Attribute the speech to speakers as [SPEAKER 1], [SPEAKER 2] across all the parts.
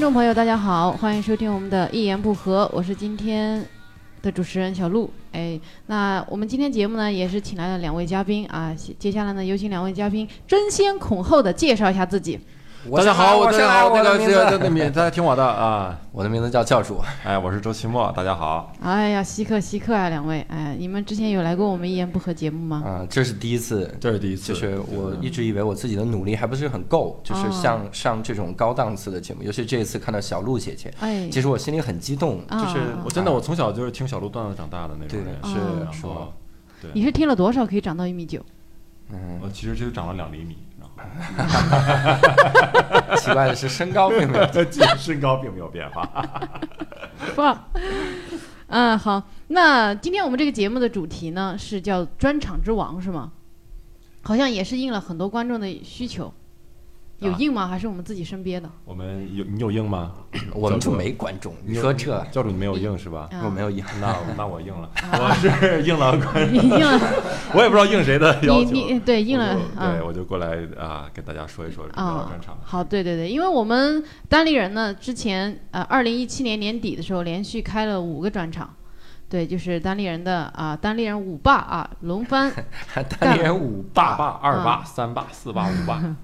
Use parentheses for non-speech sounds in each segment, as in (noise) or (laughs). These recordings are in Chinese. [SPEAKER 1] 众朋友，大家好，欢迎收听我们的《一言不合》，我是今天的主持人小鹿。哎，那我们今天节目呢，也是请来了两位嘉宾啊，接接下来呢，有请两位嘉宾争先恐后的介绍一下自己。
[SPEAKER 2] 大家好，
[SPEAKER 3] 我
[SPEAKER 2] 大
[SPEAKER 3] 先
[SPEAKER 2] 家
[SPEAKER 3] 来
[SPEAKER 2] 好，
[SPEAKER 3] 我
[SPEAKER 2] 那
[SPEAKER 3] 的
[SPEAKER 2] 个
[SPEAKER 3] 名
[SPEAKER 2] 这个这
[SPEAKER 3] 字。
[SPEAKER 2] 个名，大家听我的 (laughs) 啊，
[SPEAKER 3] 我的名字叫教主，
[SPEAKER 2] 哎，我是周奇墨，大家好，
[SPEAKER 1] 哎呀，稀客稀客啊，两位，哎，你们之前有来过我们《一言不合》节目吗？
[SPEAKER 3] 嗯、这是第一次，
[SPEAKER 2] 这是第一次，
[SPEAKER 3] 就是我一直以为我自己的努力还不是很够，就是像上这种高档次的节目，尤其这一次看到小鹿姐姐，
[SPEAKER 1] 哎，
[SPEAKER 3] 其实我心里很激动，
[SPEAKER 1] 啊
[SPEAKER 2] 就是
[SPEAKER 3] 哦
[SPEAKER 2] 我真的我从小就是听小鹿段子长大的那种
[SPEAKER 3] 对
[SPEAKER 2] 人，啊
[SPEAKER 1] 是
[SPEAKER 2] 然
[SPEAKER 3] 是
[SPEAKER 2] 后
[SPEAKER 3] 吗
[SPEAKER 2] 对，
[SPEAKER 1] 你是听了多少可以长到一米九？
[SPEAKER 3] 嗯，
[SPEAKER 2] 我其实就长了两厘米，然后
[SPEAKER 3] 奇怪的是身高并 (laughs) 没有。
[SPEAKER 2] 其实身高并没有变化。
[SPEAKER 1] 棒。 (laughs) 嗯，好，那今天我们这个节目的主题呢是叫“专场之王”，是吗？好像也是应了很多观众的需求，有
[SPEAKER 2] 啊
[SPEAKER 1] 应吗？还是我们自己身
[SPEAKER 2] (laughs)
[SPEAKER 1] 边的？
[SPEAKER 2] (laughs) 我们有你有硬吗？
[SPEAKER 3] 我们就没观众，你说这
[SPEAKER 2] 教主你没有硬是吧？
[SPEAKER 1] 啊
[SPEAKER 3] 我没有一 (laughs) 样。
[SPEAKER 2] 那那我硬了，我
[SPEAKER 1] (laughs)
[SPEAKER 2] 是应了，
[SPEAKER 1] 你应了，
[SPEAKER 2] 我也不知道应谁的要
[SPEAKER 1] 你
[SPEAKER 2] 求，
[SPEAKER 1] 你对应了
[SPEAKER 2] 我就
[SPEAKER 1] 啊
[SPEAKER 2] 对，我就过来啊，跟大家说一说这个
[SPEAKER 1] 啊
[SPEAKER 2] 专场。
[SPEAKER 1] 好，对对对，因为我们单立人呢，之前呃，二零一七年年底的时候，连续开了五个专场，对，就是单立人的啊、单立人五霸啊，龙
[SPEAKER 2] (laughs)
[SPEAKER 1] 帆
[SPEAKER 3] 单立人五
[SPEAKER 2] 大
[SPEAKER 3] 霸，
[SPEAKER 2] 霸、
[SPEAKER 1] 啊
[SPEAKER 2] 二霸、三霸、四霸、
[SPEAKER 1] (laughs)
[SPEAKER 2] 五霸，啊，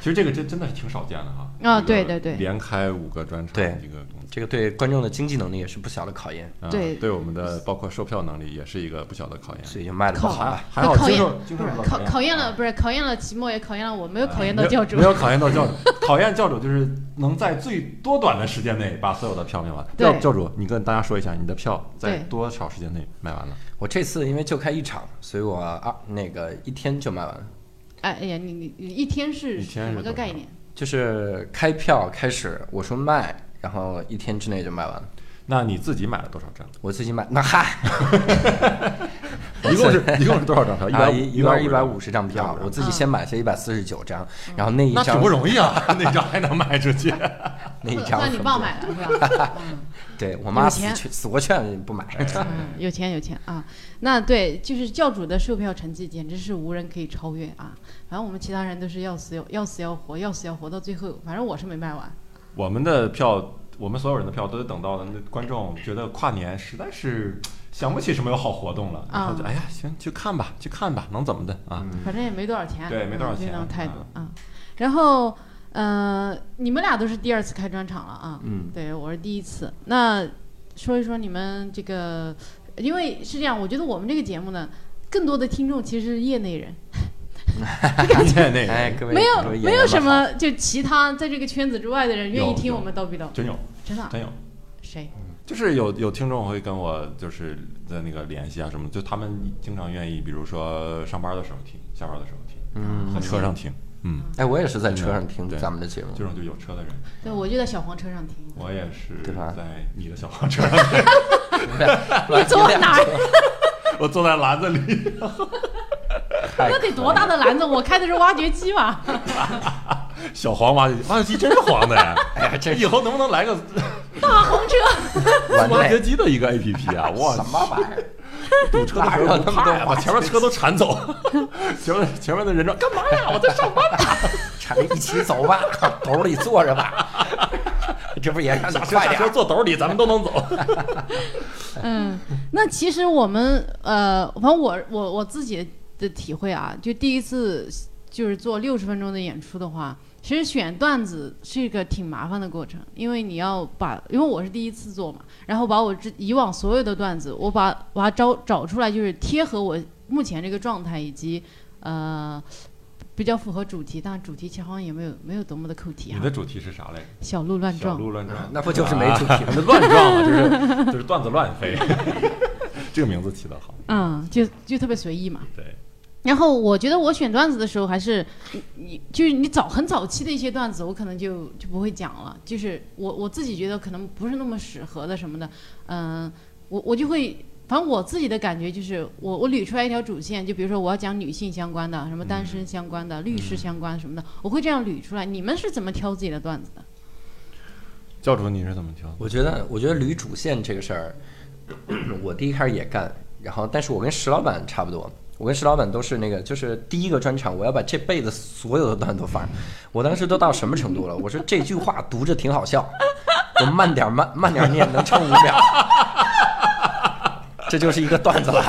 [SPEAKER 2] 其实这个真真的是挺少见的哈。
[SPEAKER 1] 啊
[SPEAKER 2] 这个
[SPEAKER 1] 对对对
[SPEAKER 2] 连开五个专场，
[SPEAKER 3] 对
[SPEAKER 2] 这个
[SPEAKER 3] 这个对观众的经济能力也是不小的考验，
[SPEAKER 2] 啊
[SPEAKER 1] 对
[SPEAKER 2] 对我们的包括售票能力也是一个不小的考验。啊
[SPEAKER 3] 所以就卖的不
[SPEAKER 1] 靠
[SPEAKER 3] 好
[SPEAKER 2] 还
[SPEAKER 3] 吧。
[SPEAKER 2] 还好
[SPEAKER 1] 考
[SPEAKER 2] 经
[SPEAKER 1] 验
[SPEAKER 2] 受经受不了
[SPEAKER 1] 考考验
[SPEAKER 2] 啊
[SPEAKER 1] 了，不是考验了期末，也考验了我，没有考验到
[SPEAKER 2] 没有
[SPEAKER 1] 教主
[SPEAKER 2] 没。有考验到教主， (laughs) 考验教主就是能在最多短的时间内把所有的票卖完。
[SPEAKER 1] 对
[SPEAKER 2] 教教主，你跟大家说一下，你的票在
[SPEAKER 1] 对
[SPEAKER 2] 多少时间内卖完了？
[SPEAKER 3] 我这次因为就开一场，所以我二、那个一天就卖完了。
[SPEAKER 1] 哎哎呀，你你你一天是
[SPEAKER 2] 一天
[SPEAKER 1] 什
[SPEAKER 2] 是
[SPEAKER 1] 么个
[SPEAKER 2] 多少
[SPEAKER 1] 概念？
[SPEAKER 3] 就是开票开始，我说卖，然后一天之内就卖完了。
[SPEAKER 2] 那你自己买了多少张？
[SPEAKER 3] 我自己买，那嗨，
[SPEAKER 2] 一 (laughs) 共是一共是多少张票？
[SPEAKER 3] 啊
[SPEAKER 2] 百
[SPEAKER 3] 一
[SPEAKER 2] 一
[SPEAKER 3] 共一百
[SPEAKER 2] 五
[SPEAKER 3] 五十张票，我自己先买下一百四十九张，然后那一
[SPEAKER 2] 那挺
[SPEAKER 3] 张
[SPEAKER 2] 不容易啊， (laughs) 那张还能卖出
[SPEAKER 3] (laughs)
[SPEAKER 2] 去。
[SPEAKER 3] 那
[SPEAKER 1] (laughs)
[SPEAKER 3] 一张
[SPEAKER 1] 算你
[SPEAKER 3] 很
[SPEAKER 1] 爸
[SPEAKER 3] 不
[SPEAKER 1] 买了是
[SPEAKER 2] (laughs)
[SPEAKER 1] 吧？
[SPEAKER 3] 对我
[SPEAKER 1] 有
[SPEAKER 3] 妈死
[SPEAKER 1] 钱
[SPEAKER 3] 去死活劝不买，
[SPEAKER 1] 嗯，嗯有钱有钱啊！那对，就是教主的售票成绩简直是无人可以超越啊！反正我们其他人都是要死要要死要活，要死要活到最后，反正我是没卖完。
[SPEAKER 2] 我们的票，我们所有人的票都得等到那观众觉得跨年实在是想不起什么有好活动了，然
[SPEAKER 3] 嗯
[SPEAKER 2] 后就哎呀，行，去看吧，去看吧，能怎么的啊？
[SPEAKER 1] 反正也没多少钱，
[SPEAKER 2] 对没多少
[SPEAKER 1] 嗯就
[SPEAKER 2] 钱
[SPEAKER 1] 那种态度啊。然后，呃，你们俩都是第二次开专场了啊，
[SPEAKER 3] 嗯，
[SPEAKER 1] 对我是第一次。那说一说你们这个，因为是这样，我觉得我们这个节目呢，更多的听众其实是业内人，
[SPEAKER 2] 业内
[SPEAKER 3] (laughs) 哎，各位
[SPEAKER 1] 没有
[SPEAKER 3] 各位演员
[SPEAKER 1] 没有
[SPEAKER 3] 们
[SPEAKER 1] 什
[SPEAKER 3] 好
[SPEAKER 1] 么就其他在这个圈子之外的人愿意
[SPEAKER 2] 有
[SPEAKER 1] 听
[SPEAKER 2] 有
[SPEAKER 1] 我们叨逼叨，
[SPEAKER 2] 真有，
[SPEAKER 1] 真的啊
[SPEAKER 2] 真有，
[SPEAKER 1] 谁？
[SPEAKER 2] 就是有有听众会跟我就是在那个联系啊什么，就他们经常愿意，比如说上班的时候听，下班的时候听，
[SPEAKER 3] 嗯
[SPEAKER 2] 在，车上听，嗯，
[SPEAKER 3] 哎，我也是在车上听
[SPEAKER 2] 对
[SPEAKER 3] 咱们的节目，
[SPEAKER 2] 这种就有车的人，
[SPEAKER 1] 对，我就在小黄车上听。
[SPEAKER 2] 我也是
[SPEAKER 3] 对吧
[SPEAKER 2] 在你的小黄车上，
[SPEAKER 3] 你 (laughs)
[SPEAKER 1] 你坐哪儿？
[SPEAKER 2] 我坐在篮子里，
[SPEAKER 3] 哎
[SPEAKER 1] 那得多大的篮子？我开的是挖掘机吧？
[SPEAKER 2] 小黄挖掘机，挖掘机真是黄的呀，
[SPEAKER 3] (laughs) 哎呀，这
[SPEAKER 2] 以后能不能来
[SPEAKER 3] (laughs)
[SPEAKER 2] 个
[SPEAKER 1] 大红车。
[SPEAKER 3] 完
[SPEAKER 2] 挖掘
[SPEAKER 3] 美
[SPEAKER 2] 机的一个 A P P 啊，哇，
[SPEAKER 3] (laughs) 什么玩意儿？
[SPEAKER 2] 堵车的时候不怕呀，把前面车都
[SPEAKER 3] (laughs)
[SPEAKER 2] 铲走，前面前面的人说干嘛呀？我在上班呢，
[SPEAKER 3] 产一起走吧， (laughs) 兜里坐着吧， (laughs) 这不也让你
[SPEAKER 2] 下车
[SPEAKER 3] 快
[SPEAKER 2] 下
[SPEAKER 3] 点
[SPEAKER 2] 车
[SPEAKER 3] 儿？
[SPEAKER 2] 坐兜里，咱们都能
[SPEAKER 3] (laughs)
[SPEAKER 2] 走。
[SPEAKER 1] 嗯，那其实我们呃，反正我我我自己的体会啊，就第一次就是做六十分钟的演出的话，其实选段子是一个挺麻烦的过程，因为你要把，因为我是第一次做嘛，然后把我之以往所有的段子，我把我把它找找出来，就是贴合我目前这个状态以及呃。比较符合主题，但主题其实好像也没有没有多么的扣题
[SPEAKER 2] 你
[SPEAKER 1] 哈
[SPEAKER 2] 的。主题是啥来着？
[SPEAKER 1] 小鹿乱
[SPEAKER 2] 小
[SPEAKER 1] 撞，
[SPEAKER 2] 鹿乱撞，
[SPEAKER 3] 啊那不就是没主题吗？
[SPEAKER 2] 那乱撞嘛，就是 (laughs) 就是段子乱飞。这个名字起得好，
[SPEAKER 1] 嗯，就就特别随意嘛。
[SPEAKER 2] 对，
[SPEAKER 1] 然后我觉得我选段子的时候，还是你你就是你早很早期的一些段子，我可能就就不会讲了。就是我我自己觉得可能不是那么适合的什么的，嗯、我我就会，反正我自己的感觉就是我我捋出来一条主线，就比如说我要讲女性相关的，什么单
[SPEAKER 3] 嗯
[SPEAKER 1] 身相关的、律师相关什么的，我会这样捋出来。你们是怎么挑自己的段子的？
[SPEAKER 2] 教主你是怎么挑？
[SPEAKER 3] 我觉得，我觉得捋主线这个事儿，我第一开始也干，然后但是我跟石老板差不多，我跟石老板都是那个，就是第一个专场，我要把这辈子所有的段都放。我当时都到什么程度了？我说这句话读着挺好笑，我慢点慢慢点念，能撑五秒。这就是一个段子了，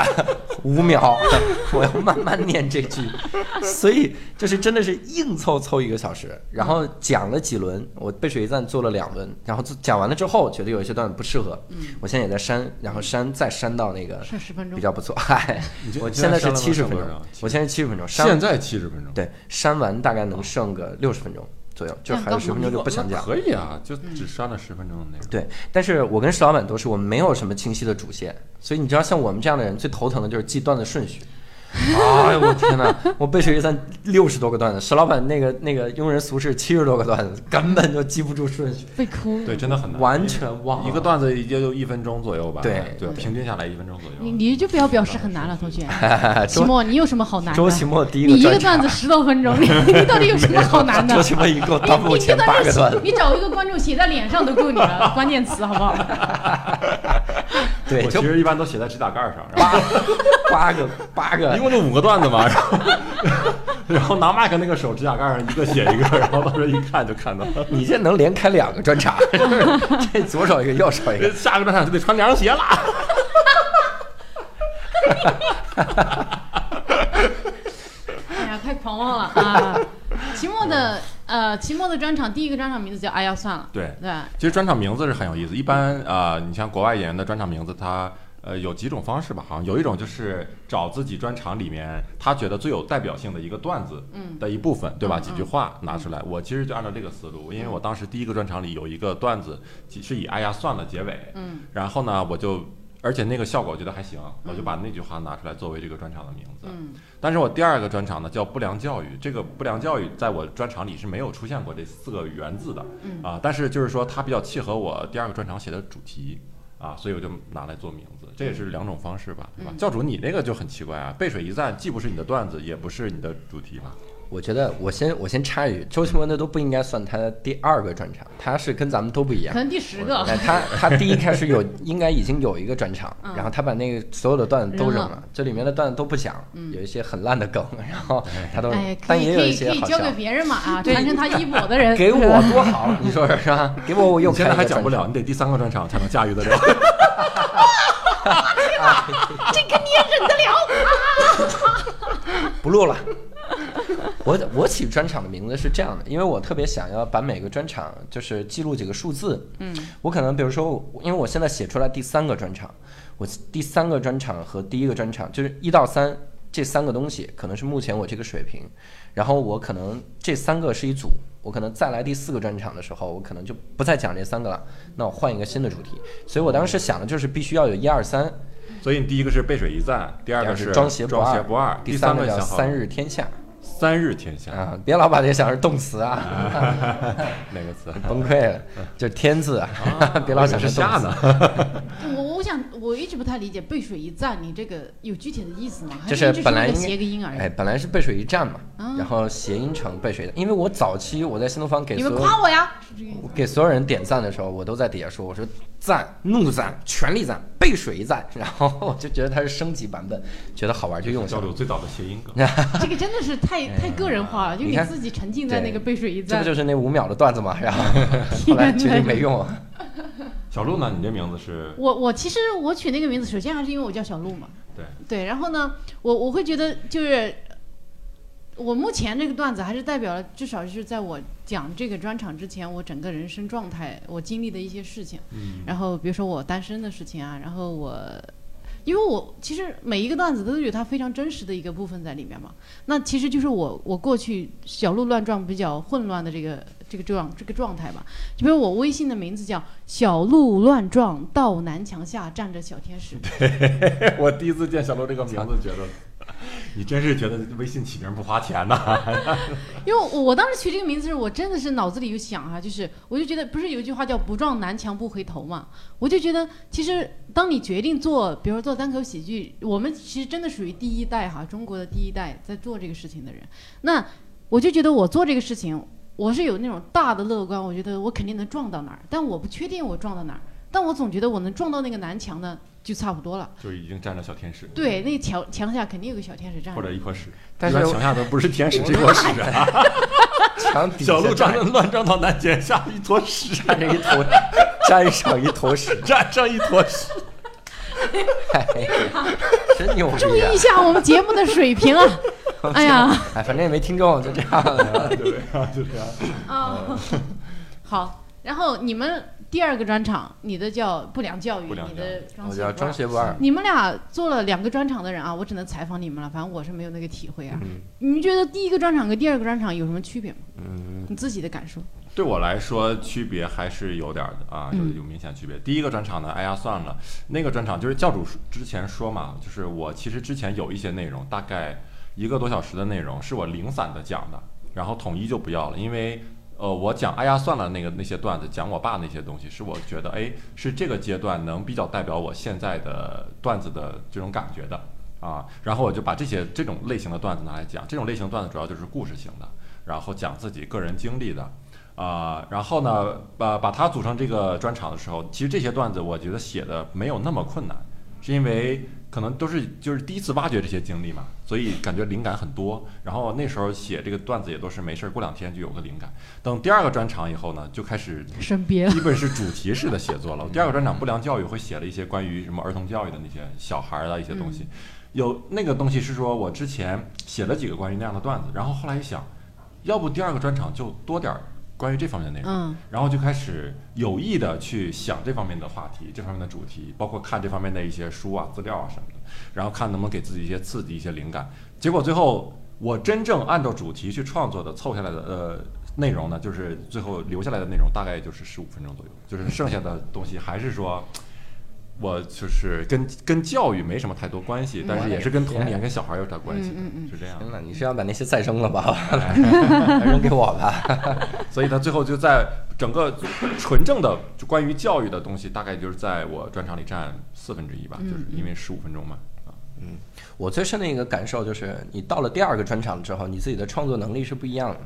[SPEAKER 3] 五秒， (laughs) 我要慢慢念这句。所以就是真的是硬凑凑一个小时，然后讲了几轮，我背水一战做了两轮，然后讲完了之后觉得有一些段子不适合，我现在也在删，然后删再删到那个
[SPEAKER 1] 剩嗯十分钟
[SPEAKER 3] 比较不错。嗨
[SPEAKER 2] 你，这
[SPEAKER 3] 我
[SPEAKER 2] 你
[SPEAKER 3] 现在
[SPEAKER 2] 这
[SPEAKER 3] 是
[SPEAKER 2] 删了
[SPEAKER 3] 七十
[SPEAKER 2] 吗
[SPEAKER 3] 分钟
[SPEAKER 2] 上多少，啊
[SPEAKER 3] 我现在七十分钟，删
[SPEAKER 2] 现在七十分钟，
[SPEAKER 3] 对删完大概能剩个六十分钟左右，就还有十分钟就不想
[SPEAKER 2] 那
[SPEAKER 3] 讲。
[SPEAKER 2] 可以啊，就只删了十分钟的内容。
[SPEAKER 3] 对，但是我跟石老板都是我们没有什么清晰的主线，所以你知道，像我们这样的人最头疼的就是记段子顺序。哎呦我天哪！我背水一战六十多个段子，石老板那个那个庸人俗事七十多个段子，根本就记不住顺序，
[SPEAKER 1] 被哭了。
[SPEAKER 2] 对，真的很难，
[SPEAKER 3] 完全忘了
[SPEAKER 2] 一个段子也就一分钟左右吧，
[SPEAKER 3] 对
[SPEAKER 2] 对，平均下来一分钟左右。
[SPEAKER 1] 你你就不要表示很难了，同学。期
[SPEAKER 3] (laughs) 周
[SPEAKER 1] 末你有什么好难的？
[SPEAKER 3] 周期末第一
[SPEAKER 1] 你
[SPEAKER 3] 个
[SPEAKER 1] 一个
[SPEAKER 3] 专
[SPEAKER 1] 段
[SPEAKER 3] 场，
[SPEAKER 1] 子十多分钟，你 (laughs) 你到底有什么好难的
[SPEAKER 3] 周？期末一共到
[SPEAKER 1] 你
[SPEAKER 3] 目
[SPEAKER 1] 这
[SPEAKER 3] 前八
[SPEAKER 1] 段
[SPEAKER 3] 个
[SPEAKER 1] 子
[SPEAKER 3] 段子
[SPEAKER 1] 写，，你找一个观众写在脸上都够你了，关键词好
[SPEAKER 3] (laughs)
[SPEAKER 1] 不好？
[SPEAKER 3] 对，
[SPEAKER 2] 我其
[SPEAKER 3] 就
[SPEAKER 2] 实一般都写在指甲盖上，然后
[SPEAKER 3] 八八个八个
[SPEAKER 2] 一共就五个段子嘛，然后 (laughs) 然后拿麦克那个手指甲盖上一个写一 (laughs) 个，然后到时候一看就看到了。
[SPEAKER 3] 你这能连开两个专场， (laughs) 这左手一个，右手一个，
[SPEAKER 2] 下个专场就得穿凉鞋了。
[SPEAKER 1] 哎呀，太狂妄了啊！期末的呃，期末的专场第一个专场名字叫“哎呀算了”，
[SPEAKER 2] 对
[SPEAKER 1] 对，
[SPEAKER 2] 其实专场名字是很有意思，一般啊、呃你像国外演员的专场名字，他呃有几种方式吧，好像有一种就是找自己专场里面他觉得最有代表性的一个段子，
[SPEAKER 1] 嗯
[SPEAKER 2] 的一部分，对吧？
[SPEAKER 1] 嗯
[SPEAKER 2] 几句话拿出来，我其实就按照这个思路，因为我当时第一个专场里有一个段子，其是以“哎呀算了”结尾，
[SPEAKER 1] 嗯，
[SPEAKER 2] 然后呢，我就而且那个效果我觉得还行，我就把那句话拿出来作为这个专场的名字，
[SPEAKER 1] 嗯，
[SPEAKER 2] 但是我第二个专场呢叫不良教育，这个不良教育在我专场里是没有出现过这四个原字的，
[SPEAKER 1] 嗯
[SPEAKER 2] 啊，但是就是说它比较契合我第二个专场写的主题。啊，所以我就拿来做名字，这也是两种方式吧，对吧？
[SPEAKER 1] 嗯
[SPEAKER 2] 教主，你那个就很奇怪啊，背水一战既不是你的段子，也不是你的主题吧？
[SPEAKER 3] 我觉得我先我先插一句，周奇墨那都不应该算他的第二个专场，他是跟咱们都不一
[SPEAKER 1] 可
[SPEAKER 3] 样。
[SPEAKER 1] 能第十个
[SPEAKER 3] 哎，他他第一开始有应该已经有一个专场，
[SPEAKER 1] 嗯
[SPEAKER 3] 然后他把那个所有的段子都
[SPEAKER 1] 扔了
[SPEAKER 3] 扔了，这里面的段子都不讲，有一些很烂的梗， (laughs) 然后他都
[SPEAKER 1] 嗯哎，，可
[SPEAKER 3] 但
[SPEAKER 1] 以
[SPEAKER 3] 也
[SPEAKER 1] 可
[SPEAKER 3] 有一
[SPEAKER 1] 以可
[SPEAKER 3] 些
[SPEAKER 1] 以
[SPEAKER 3] 好
[SPEAKER 1] 交
[SPEAKER 3] 笑
[SPEAKER 1] 给。别
[SPEAKER 3] (laughs)
[SPEAKER 1] 人嘛啊，传承他衣钵的人
[SPEAKER 3] 给我
[SPEAKER 1] 是吧
[SPEAKER 3] 多好，你说是吧？给我我又
[SPEAKER 2] 你现在
[SPEAKER 3] 开
[SPEAKER 2] 还
[SPEAKER 3] 一个
[SPEAKER 2] 讲不
[SPEAKER 3] 专
[SPEAKER 2] 了，你得第三个专场才能驾驭得了。
[SPEAKER 3] (laughs)
[SPEAKER 1] 这个你也忍得了？
[SPEAKER 3] 场，不录了。 (laughs) 我我起专场的名字是这样的，因为我特别想要把每个专场就是记录几个数字，
[SPEAKER 1] 嗯
[SPEAKER 3] 我可能比如说，因为我现在写出来第三个专场，我第三个专场和第一个专场就是一到三这三个东西，可能是目前我这个水平。然后我可能这三个是一组，我可能再来第四个专场的时候，我可能就不再讲这三个了，那我换一个新的主题。所以我当时想的就是必须要有一二三，
[SPEAKER 2] 所以你第一个是背水一战，第二
[SPEAKER 3] 然
[SPEAKER 2] 个
[SPEAKER 3] 后
[SPEAKER 2] 是
[SPEAKER 3] 装
[SPEAKER 2] 鞋
[SPEAKER 3] 鞋
[SPEAKER 2] 装
[SPEAKER 3] 二，
[SPEAKER 2] 不二，
[SPEAKER 3] 第
[SPEAKER 2] 第
[SPEAKER 3] 三
[SPEAKER 2] 个
[SPEAKER 3] 叫
[SPEAKER 2] 想好
[SPEAKER 3] 三日天下
[SPEAKER 2] 三日天下
[SPEAKER 3] 啊！别老把这想是动词啊，
[SPEAKER 2] 哪
[SPEAKER 3] (laughs)
[SPEAKER 2] 个词？
[SPEAKER 3] 崩溃了，
[SPEAKER 2] 嗯
[SPEAKER 3] 就是天字啊， (laughs) 别老
[SPEAKER 2] 我以为
[SPEAKER 3] 想
[SPEAKER 2] 是
[SPEAKER 3] 动
[SPEAKER 2] 下
[SPEAKER 3] 词
[SPEAKER 2] 呢。
[SPEAKER 3] (laughs)
[SPEAKER 1] 我我想我一直不太理解“背水一战”你这个有具体的意思吗？还
[SPEAKER 3] 就是
[SPEAKER 1] 只
[SPEAKER 3] 本
[SPEAKER 1] 为
[SPEAKER 3] 来
[SPEAKER 1] 了
[SPEAKER 3] 应该
[SPEAKER 1] 谐个音而
[SPEAKER 3] 哎，
[SPEAKER 1] 已。
[SPEAKER 3] 本来是背水一战嘛，
[SPEAKER 1] 嗯
[SPEAKER 3] 然后谐音成背水一战。因为我早期我在新东方给
[SPEAKER 1] 你
[SPEAKER 3] 所
[SPEAKER 1] 们
[SPEAKER 3] 有
[SPEAKER 1] 夸我呀？是这个意思
[SPEAKER 3] 我给所有人点赞的时候，我都在底下说，我说赞、怒赞、全力赞、背水一战， (laughs) 然后我就觉得它是升级版本，觉得好玩就用上
[SPEAKER 2] 教
[SPEAKER 3] 了
[SPEAKER 2] 主。最早的谐音梗，
[SPEAKER 1] 这个真的是太太个人化了，就
[SPEAKER 3] 你
[SPEAKER 1] 你
[SPEAKER 3] 看
[SPEAKER 1] 自己沉浸在那
[SPEAKER 3] 哎对
[SPEAKER 1] 个背水一
[SPEAKER 3] 这
[SPEAKER 1] 战
[SPEAKER 3] 不。就是那五秒的段子 (laughs) 嘛？然后后来决定没用啊。
[SPEAKER 2] 小鹿呢？你这名字是
[SPEAKER 1] 我我其实我取那个名字，首先还是因为我叫小鹿嘛。
[SPEAKER 2] 对
[SPEAKER 1] 对，然后呢，我我会觉得就是我目前这个段子还是代表了至少是在我讲这个专场之前，我整个人生状态，我经历的一些事情。
[SPEAKER 2] (laughs) 嗯
[SPEAKER 1] 然后比如说我单身的事情啊，然后我，因为我其实每一个段子都有它非常真实的一个部分在里面嘛。那其实就是我我过去小鹿乱撞比较混乱的这个这个状这个状态吧。就比如我微信的名字叫小鹿乱撞，到南墙下站着小天使。
[SPEAKER 2] 哎我第一次见小鹿这个名字，
[SPEAKER 3] (laughs)
[SPEAKER 2] 觉得你真是觉得微信起名不花钱呐。
[SPEAKER 1] 因为我我当时取这个名字时，我真的是脑子里有想哈、就是我就觉得不是有一句话叫“不撞南墙不回头”嘛，我就觉得其实当你决定做，比如说做单口喜剧，我们其实真的属于第一代哈、中国的第一代在做这个事情的人。那我就觉得我做这个事情，我是有那种大的乐观，我觉得我肯定能撞到哪儿，但我不确定我撞到哪儿。但我总觉得我能撞到那个南墙呢，就差不多了。
[SPEAKER 2] 就已经站着小天使，
[SPEAKER 1] 对，那墙墙下肯定有个小天使 (laughs) 站
[SPEAKER 2] 或
[SPEAKER 1] 着
[SPEAKER 2] 者。一坨屎，
[SPEAKER 3] (laughs) 但
[SPEAKER 2] 一
[SPEAKER 3] 是
[SPEAKER 2] 般墙下都不是
[SPEAKER 3] (laughs)
[SPEAKER 2] 天使，这坨屎啊，
[SPEAKER 3] 墙底下
[SPEAKER 2] 小鹿
[SPEAKER 3] 站
[SPEAKER 2] 撞得乱撞到南墙下一坨屎，
[SPEAKER 3] 站着一坨， (laughs) 站上一坨屎，
[SPEAKER 2] 站上一坨屎，
[SPEAKER 3] 哎真牛
[SPEAKER 1] 注
[SPEAKER 3] 逼啊
[SPEAKER 1] 意一！下我们节目的水平啊！哎呀，
[SPEAKER 3] 哎，反正也没听众，就这样。
[SPEAKER 2] 对不对？就这样。
[SPEAKER 1] 啊，好。然后你们第二个专场，你的叫不良教育，
[SPEAKER 2] 不良
[SPEAKER 1] 你的
[SPEAKER 3] 我叫
[SPEAKER 1] 庄
[SPEAKER 3] 庄
[SPEAKER 1] 学
[SPEAKER 3] 学
[SPEAKER 1] 博。
[SPEAKER 3] 不二，
[SPEAKER 1] 你们俩做了两个专场的人啊，我只能采访你们了，反正我是没有那个体会啊。你们觉得第一个专场跟第二个专场有什么区别吗？
[SPEAKER 3] 嗯，
[SPEAKER 1] 你自己的感受？
[SPEAKER 2] 对我来说，区别还是有点儿的啊，有
[SPEAKER 1] 嗯
[SPEAKER 2] 有明显区别。第一个专场呢，哎呀算了，那个专场就是教主说之前说嘛，就是我其实之前有一些内容，大概一个多小时的内容是我零散的讲的，然后统一就不要了，因为呃，我讲哎呀算了那个那些段子，讲我爸那些东西，是我觉得哎是这个阶段能比较代表我现在的段子的这种感觉的啊，然后我就把这些这种类型的段子拿来讲，这种类型的段子主要就是故事型的，然后讲自己个人经历的。啊、然后呢，把把它组成这个专场的时候，其实这些段子我觉得写的没有那么困难，是因为可能都是就是第一次挖掘这些经历嘛，所以感觉灵感很多。然后那时候写这个段子也都是没事儿，过两天就有个灵感。等第二个专场以后呢，就开始
[SPEAKER 1] 生憋了。
[SPEAKER 2] 基本是主题式的写作了。第二个专场不良教育会写了一些关于什么儿童教育的那些小孩儿的一些东西，有那个东西是说我之前写了几个关于那样的段子，然后后来一想，要不第二个专场就多点儿关于这方面的内容。
[SPEAKER 1] 嗯，
[SPEAKER 2] 然后就开始有意的去想这方面的话题、这方面的主题，包括看这方面的一些书啊、资料啊什么的，然后看能不能给自己一些刺激、一些灵感。结果最后我真正按照主题去创作的、凑下来的呃内容呢，就是最后留下来的内容大概也就是十五分钟左右，就是剩下的东西还是说。我就是跟跟教育没什么太多关系，但是也是跟童年、跟小孩有点关系
[SPEAKER 1] 嗯
[SPEAKER 2] 的
[SPEAKER 1] 嗯嗯，
[SPEAKER 2] 是这样。
[SPEAKER 3] 天哪，你是要把那些再扔了吧？ (laughs) 扔给我吧。
[SPEAKER 2] 所以他最后就在整个纯正的就关于教育的东西，大概就是在我专场里占四分之一吧，
[SPEAKER 1] 嗯
[SPEAKER 2] 就是因为十五分钟嘛。
[SPEAKER 3] 嗯
[SPEAKER 2] 啊，
[SPEAKER 3] 我最深的一个感受就是，你到了第二个专场之后，你自己的创作能力是不一样的。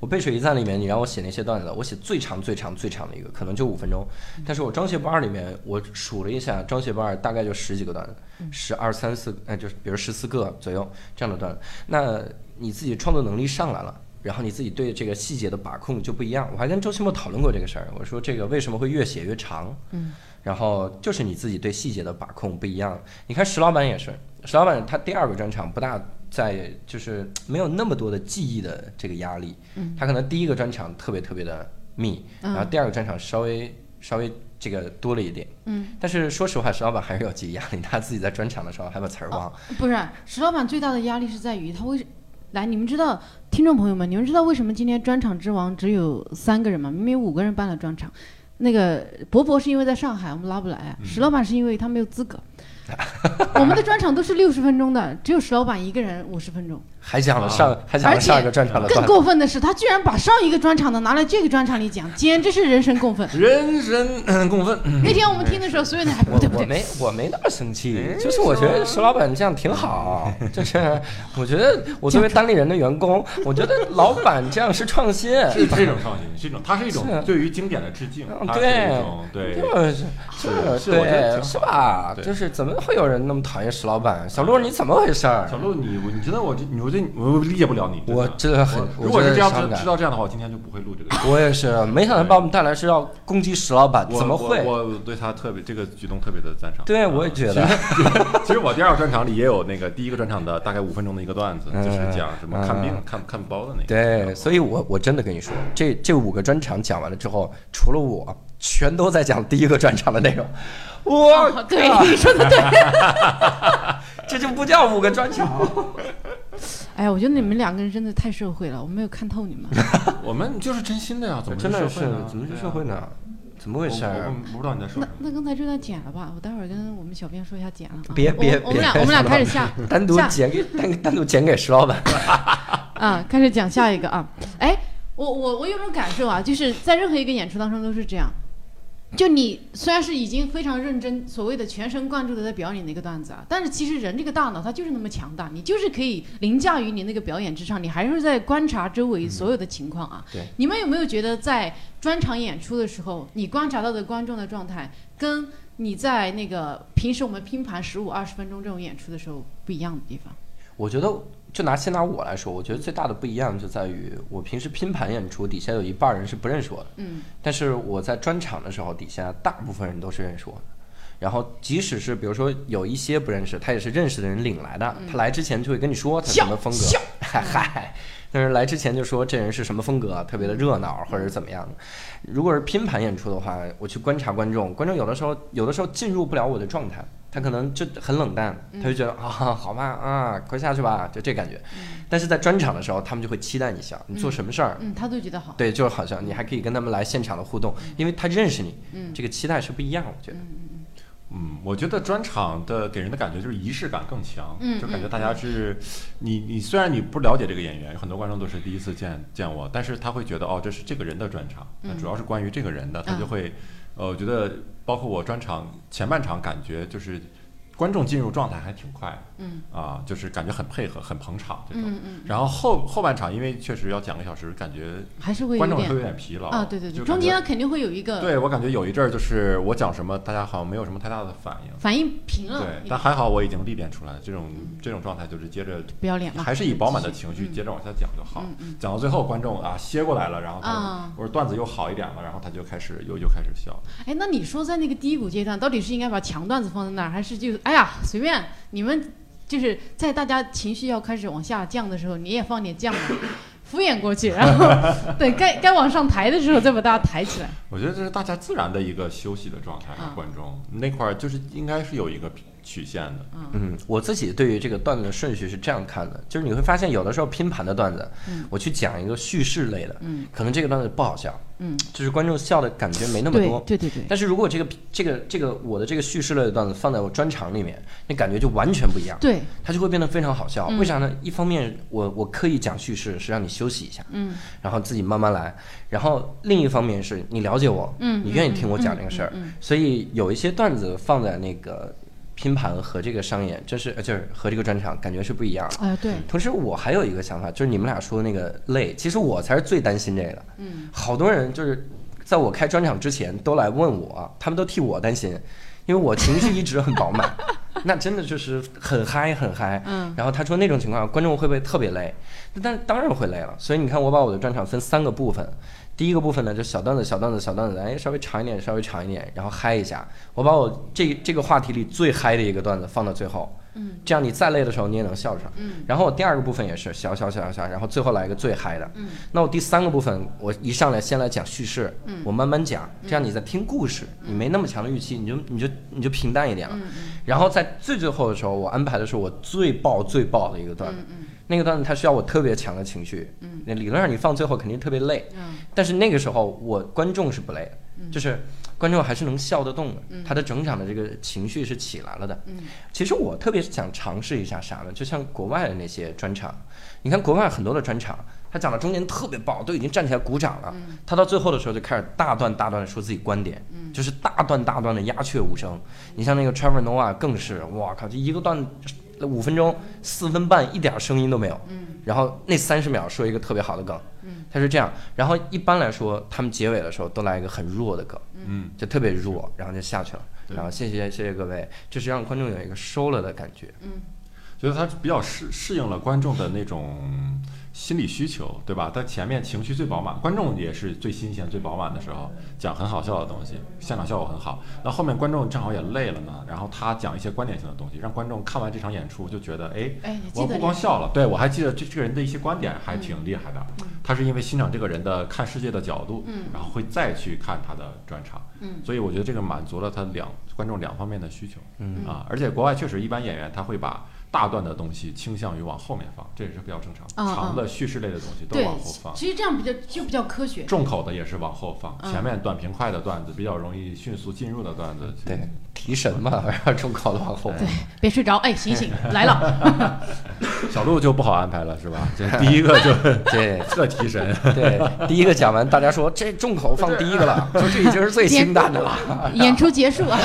[SPEAKER 3] 我《背水一战》里面，你让我写那些段子，我写最长、最长、最长的一个，可能就五分钟。但是我《装卸不二》里面，我数了一下，《装卸不二》大概就十几个段子，十二三四，哎，就是比如十四个左右这样的段子。那你自己创作能力上来了。然后你自己对这个细节的把控就不一样。我还跟周奇墨讨论过这个事儿，我说这个为什么会越写越长？
[SPEAKER 1] 嗯，
[SPEAKER 3] 然后就是你自己对细节的把控不一样。你看石老板也是，石老板他第二个专场不大在，就是没有那么多的记忆的这个压力。
[SPEAKER 1] 嗯
[SPEAKER 3] 他可能第一个专场特别特别的密，
[SPEAKER 1] 嗯
[SPEAKER 3] 然后第二个专场稍微稍微这个多了一点。
[SPEAKER 1] 嗯，
[SPEAKER 3] 但是说实话，石老板还是有记忆压力，他自己在专场的时候还把词儿忘了。
[SPEAKER 1] 不是，石老板最大的压力是在于他为来，你们知道，听众朋友们，你们知道为什么今天专场之王只有三个人吗？明明五个人办了专场。那个博博是因为在上海，我们拉不来
[SPEAKER 3] 嗯
[SPEAKER 1] 啊；石老板是因为他没有资格。我们的专场都是六十分钟的，只有石老板一个人五十分钟。
[SPEAKER 3] 还讲了上，还
[SPEAKER 1] 哦
[SPEAKER 3] 讲
[SPEAKER 1] 而
[SPEAKER 3] 了
[SPEAKER 1] 且
[SPEAKER 3] 上一个专场的
[SPEAKER 1] 更
[SPEAKER 3] 段子。
[SPEAKER 1] 过分的是，他居然把上一个专场的拿来这个专场里讲，简直是人神共
[SPEAKER 3] (laughs)
[SPEAKER 1] 愤。
[SPEAKER 2] 人神共愤，
[SPEAKER 1] 那天我们听的时候，所有人还不
[SPEAKER 3] 我
[SPEAKER 1] 对不
[SPEAKER 3] 我
[SPEAKER 1] 对，
[SPEAKER 3] 没我没那么生气，就是我觉得石老板这样挺好，就是 (laughs) 我觉得我作为单立人的员工，我觉得老板这样是创新，
[SPEAKER 2] 是这种创新，是一种，它是一
[SPEAKER 3] 是
[SPEAKER 2] 种对于经典的致敬
[SPEAKER 3] 嗯，
[SPEAKER 2] 它是一种对
[SPEAKER 3] 就是
[SPEAKER 2] 是是我觉得
[SPEAKER 3] 对
[SPEAKER 2] 挺好
[SPEAKER 3] 是吧？
[SPEAKER 2] 对
[SPEAKER 3] 就是怎么会有人那么讨厌石老板？小鹿你怎么回事儿？
[SPEAKER 2] 小鹿，你我你真的我这你我这我理解不了你。真的
[SPEAKER 3] 我真的很
[SPEAKER 2] 我
[SPEAKER 3] 我
[SPEAKER 2] 如果
[SPEAKER 3] 真的
[SPEAKER 2] 是这样
[SPEAKER 3] 伤
[SPEAKER 2] 知
[SPEAKER 3] 感
[SPEAKER 2] 知道这样的话，我今天就不会录这个。
[SPEAKER 3] 我也是，没想到把我们带来是要攻击石老板，
[SPEAKER 2] 我
[SPEAKER 3] 怎么
[SPEAKER 2] 我
[SPEAKER 3] 会？
[SPEAKER 2] 我我对他特别这个举动特别的赞赏。
[SPEAKER 3] 对，我也觉得。
[SPEAKER 2] 其实我 (laughs) 第二个专场里也有那个第一个专场的大概五分钟的一个段子，就是讲什么看病、看看包的那个。
[SPEAKER 3] 嗯对，所以我我真的跟你说，这这五个专场讲完了之后，除了我，全都在讲第一个专场的内容。我
[SPEAKER 1] 哦
[SPEAKER 3] 靠， (laughs)
[SPEAKER 1] 对你说的对。
[SPEAKER 3] 这就不叫五个专场。
[SPEAKER 1] (laughs) 哎呀，我觉得你们两个人真的太社会了，我没有看透你们。
[SPEAKER 2] 我们就是真心的呀，怎么
[SPEAKER 3] 哎真的是
[SPEAKER 2] 社会呢
[SPEAKER 3] 怎么是
[SPEAKER 2] 对啊
[SPEAKER 3] 社会呢？怎么回事
[SPEAKER 2] 我我
[SPEAKER 3] 儿？啊
[SPEAKER 2] 不不知道你在说
[SPEAKER 1] 那
[SPEAKER 2] 什么。
[SPEAKER 1] 那刚才这段剪了吧，我待会儿跟我们小编说一下剪了啊。
[SPEAKER 3] 别别
[SPEAKER 1] 我我们俩
[SPEAKER 3] 别
[SPEAKER 1] 我们俩开始下
[SPEAKER 3] (laughs) 单独
[SPEAKER 1] 下
[SPEAKER 3] 剪给单单独剪给石老板。
[SPEAKER 1] 啊，开始讲下一个啊。哎，我我我有种感受啊，就是在任何一个演出当中都是这样。就你虽然是已经非常认真，所谓的全神贯注的在表演的一个段子啊，但是其实人这个大脑它就是那么强大，你就是可以凌驾于你那个表演之上，你还是在观察周围所有的情况啊。
[SPEAKER 3] 嗯对
[SPEAKER 1] 你们有没有觉得在专场演出的时候，你观察到的观众的状态跟你在那个平时我们拼盘十五二十分钟这种演出的时候不一样的地方？
[SPEAKER 3] 我觉得就拿先拿我来说，我觉得最大的不一样就在于我平时拼盘演出，底下有一半人是不认识我的，
[SPEAKER 1] 嗯，
[SPEAKER 3] 但是我在专场的时候，底下大部分人都是认识我的。然后，即使是比如说有一些不认识，他也是认识的人领来的。他来之前就会跟你说他什么风格，嗨 (laughs) 嗨。但是来之前就说这人是什么风格，特别的热闹或者是怎么样的。如果是拼盘演出的话，我去观察观众，观众有的时候有的时候进入不了我的状态，他可能就很冷淡，他就觉得、啊好吧啊快下去吧，就这感觉。但是在专场的时候，他们就会期待你笑，你做什么事儿，
[SPEAKER 1] 嗯，他都觉得好。
[SPEAKER 3] 对，就是好像你还可以跟他们来现场的互动，因为他认识你，
[SPEAKER 1] 嗯
[SPEAKER 3] 这个期待是不一样，我觉得。
[SPEAKER 2] 嗯，我觉得专场的给人的感觉就是仪式感更强，
[SPEAKER 1] 嗯
[SPEAKER 2] 就感觉大家是，你你虽然你不了解这个演员，有很多观众都是第一次见见我，但是他会觉得哦，这是这个人的专场，那
[SPEAKER 1] 嗯
[SPEAKER 2] 主要是关于这个人的，他就会，呃，我觉得包括我专场前半场感觉就是观众进入状态还挺快的，
[SPEAKER 1] 嗯
[SPEAKER 2] 啊，就是感觉很配合，很捧场这种。
[SPEAKER 1] 嗯嗯，
[SPEAKER 2] 然后后后半场因为确实要讲个小时，感觉
[SPEAKER 1] 还是会
[SPEAKER 2] 观
[SPEAKER 1] 有
[SPEAKER 2] 众会有
[SPEAKER 1] 点
[SPEAKER 2] 点疲劳
[SPEAKER 1] 啊，对对对，
[SPEAKER 2] 就
[SPEAKER 1] 中
[SPEAKER 2] 感觉
[SPEAKER 1] 间肯定会有一个
[SPEAKER 2] 对我感觉有一阵儿就是我讲什么，大家好像没有什么太大的反应。
[SPEAKER 1] 反应平了，
[SPEAKER 2] 对，
[SPEAKER 1] 也
[SPEAKER 2] 但还好我已经历练出来了，这种这种状态就是接着
[SPEAKER 1] 不要脸了，
[SPEAKER 2] 还是以饱满的
[SPEAKER 1] 继续
[SPEAKER 2] 情绪
[SPEAKER 1] 嗯
[SPEAKER 2] 接着往下讲就好
[SPEAKER 1] 嗯嗯。
[SPEAKER 2] 讲到最后，观众啊歇过来了，然后他
[SPEAKER 1] 啊
[SPEAKER 2] 或者段子又好一点了，然后他就开始又又开始笑。
[SPEAKER 1] 哎，那你说在那个低谷阶段，到底是应该把强段子放在那儿，还是就是哎呀随便你们就是在大家情绪要开始往下降的时候，你也放点酱
[SPEAKER 2] (laughs)
[SPEAKER 1] 嘛，敷衍过去，然后对该该往上抬的时候再把大家抬起来。
[SPEAKER 2] 我觉得这是大家自然的一个休息的状态
[SPEAKER 1] 啊，
[SPEAKER 2] 观众那块儿就是应该是有一个曲线的。
[SPEAKER 3] 嗯，我自己对于这个段子的顺序是这样看的，就是你会发现有的时候拼盘的段子，我去讲一个叙事类的，
[SPEAKER 1] 嗯
[SPEAKER 3] 可能这个段子不好笑，
[SPEAKER 1] 嗯，
[SPEAKER 3] 就是观众笑的感觉没那么
[SPEAKER 1] 对
[SPEAKER 3] 多。
[SPEAKER 1] 对对对，
[SPEAKER 3] 但是如果这个这个这个我的这个叙事类的段子放在我专场里面，那感觉就完全不一样，
[SPEAKER 1] 对，
[SPEAKER 3] 它就会变得非常好笑。
[SPEAKER 1] 嗯
[SPEAKER 3] 为啥呢？一方面我我刻意讲叙事是让你休息一下，
[SPEAKER 1] 嗯
[SPEAKER 3] 然后自己慢慢来。然后另一方面是你了解我，
[SPEAKER 1] 嗯
[SPEAKER 3] 你愿意听我讲这个事儿，
[SPEAKER 1] 嗯
[SPEAKER 3] 所以有一些段子放在那个拼盘和这个商演，真是呃就是和这个专场感觉是不一样的。
[SPEAKER 1] 哎对，
[SPEAKER 3] 同时，我还有一个想法，就是你们俩说那个累，其实我才是最担心这个的。
[SPEAKER 1] 嗯
[SPEAKER 3] 好多人就是在我开专场之前都来问我，他们都替我担心，因为我情绪一直很
[SPEAKER 1] (laughs)
[SPEAKER 3] 饱满，那真的就是很嗨很嗨。
[SPEAKER 1] 嗯
[SPEAKER 3] 然后他说那种情况观众会不会特别累？但当然会累了。所以你看，我把我的专场分三个部分，第一个部分呢就小段子、小段子、小段子，哎，稍微长一点，稍微长一点，然后嗨一下。我把我这这个话题里最嗨的一个段子放到最后，
[SPEAKER 1] 嗯，
[SPEAKER 3] 这样你再累的时候你也能笑出来。
[SPEAKER 1] 嗯
[SPEAKER 3] 然后我第二个部分也是小小小小小，然后最后来一个最嗨的。
[SPEAKER 1] 嗯，
[SPEAKER 3] 那我第三个部分，我一上来先来讲叙事，嗯，我慢慢讲，这样你在听故事，你没那么强的预期，你就你就你就平淡一点了。
[SPEAKER 1] 嗯
[SPEAKER 3] 然后在最最后的时候，我安排的是我最爆最爆的一个段
[SPEAKER 1] 嗯
[SPEAKER 3] 子，那个段子它需要我特别强的情绪，嗯，那理论上你放最后肯定特别累，
[SPEAKER 1] 嗯
[SPEAKER 3] 但是那个时候我观众是不累的，就是观众还是能笑得动的，他的整场的这个情绪是起来了的。
[SPEAKER 1] 嗯
[SPEAKER 3] 其实我特别想尝试一下啥呢？就像国外的那些专场，你看国外很多的专场，他讲到中间特别爆，都已经站起来鼓掌了，他到最后的时候就开始大段大段的说自己观点，就是大段大段的鸦雀无声。你像那个 Trevor Noah 更是，哇靠，这一个段。五分钟、四分半，一点儿声音都没有。
[SPEAKER 1] 嗯
[SPEAKER 3] 然后那三十秒说一个特别好的梗，他是这样。然后一般来说，他们结尾的时候都来一个很弱的梗，
[SPEAKER 2] 嗯，
[SPEAKER 3] 就特别弱，然后就下去了。然后谢谢谢谢各位，就是让观众有一个收了的感觉。
[SPEAKER 2] 觉得它比较适适应了观众的那种心理需求，对吧？它前面情绪最饱满，观众也是最新鲜、最饱满的时候，讲很好笑的东西，现场效果很好。那后面观众正好也累了呢，然后他讲一些观点性的东西，让观众看完这场演出就觉得，哎，
[SPEAKER 1] 哎你记
[SPEAKER 2] 我
[SPEAKER 1] 得
[SPEAKER 2] 不光笑了，对我还记得这这个人的一些观点还
[SPEAKER 1] 嗯
[SPEAKER 2] 挺厉害的。他是因为欣赏这个人的看世界的角度，
[SPEAKER 1] 嗯
[SPEAKER 2] 然后会再去看他的专场，
[SPEAKER 1] 嗯
[SPEAKER 2] 所以我觉得这个满足了他两观众两方面的需求。
[SPEAKER 3] 嗯
[SPEAKER 2] 啊，而且国外确实一般演员他会把大段的东西倾向于往后面放，这也是比较正常的。
[SPEAKER 1] 啊啊
[SPEAKER 2] 长的叙事类的东西都
[SPEAKER 1] 对
[SPEAKER 2] 往后放，，
[SPEAKER 1] 其实这样比较就比较科学。
[SPEAKER 2] 重口的也是往后放，
[SPEAKER 1] 嗯
[SPEAKER 2] 前面短平快的段子比较容易迅速进入的段子，
[SPEAKER 3] 对，提神嘛， (laughs) 然后中考的往后。
[SPEAKER 1] 别睡着，哎醒醒来
[SPEAKER 2] (laughs)
[SPEAKER 1] 了，
[SPEAKER 2] 小鹿就不好安排了， (laughs) 是吧？这第一个就
[SPEAKER 3] 对
[SPEAKER 2] 特提神，
[SPEAKER 3] 对，第一个讲完，大家说这重口放第一个 (laughs) 了，说这已经是最清淡 (laughs) 的了，
[SPEAKER 1] 演出结束
[SPEAKER 2] (laughs)
[SPEAKER 1] 啊。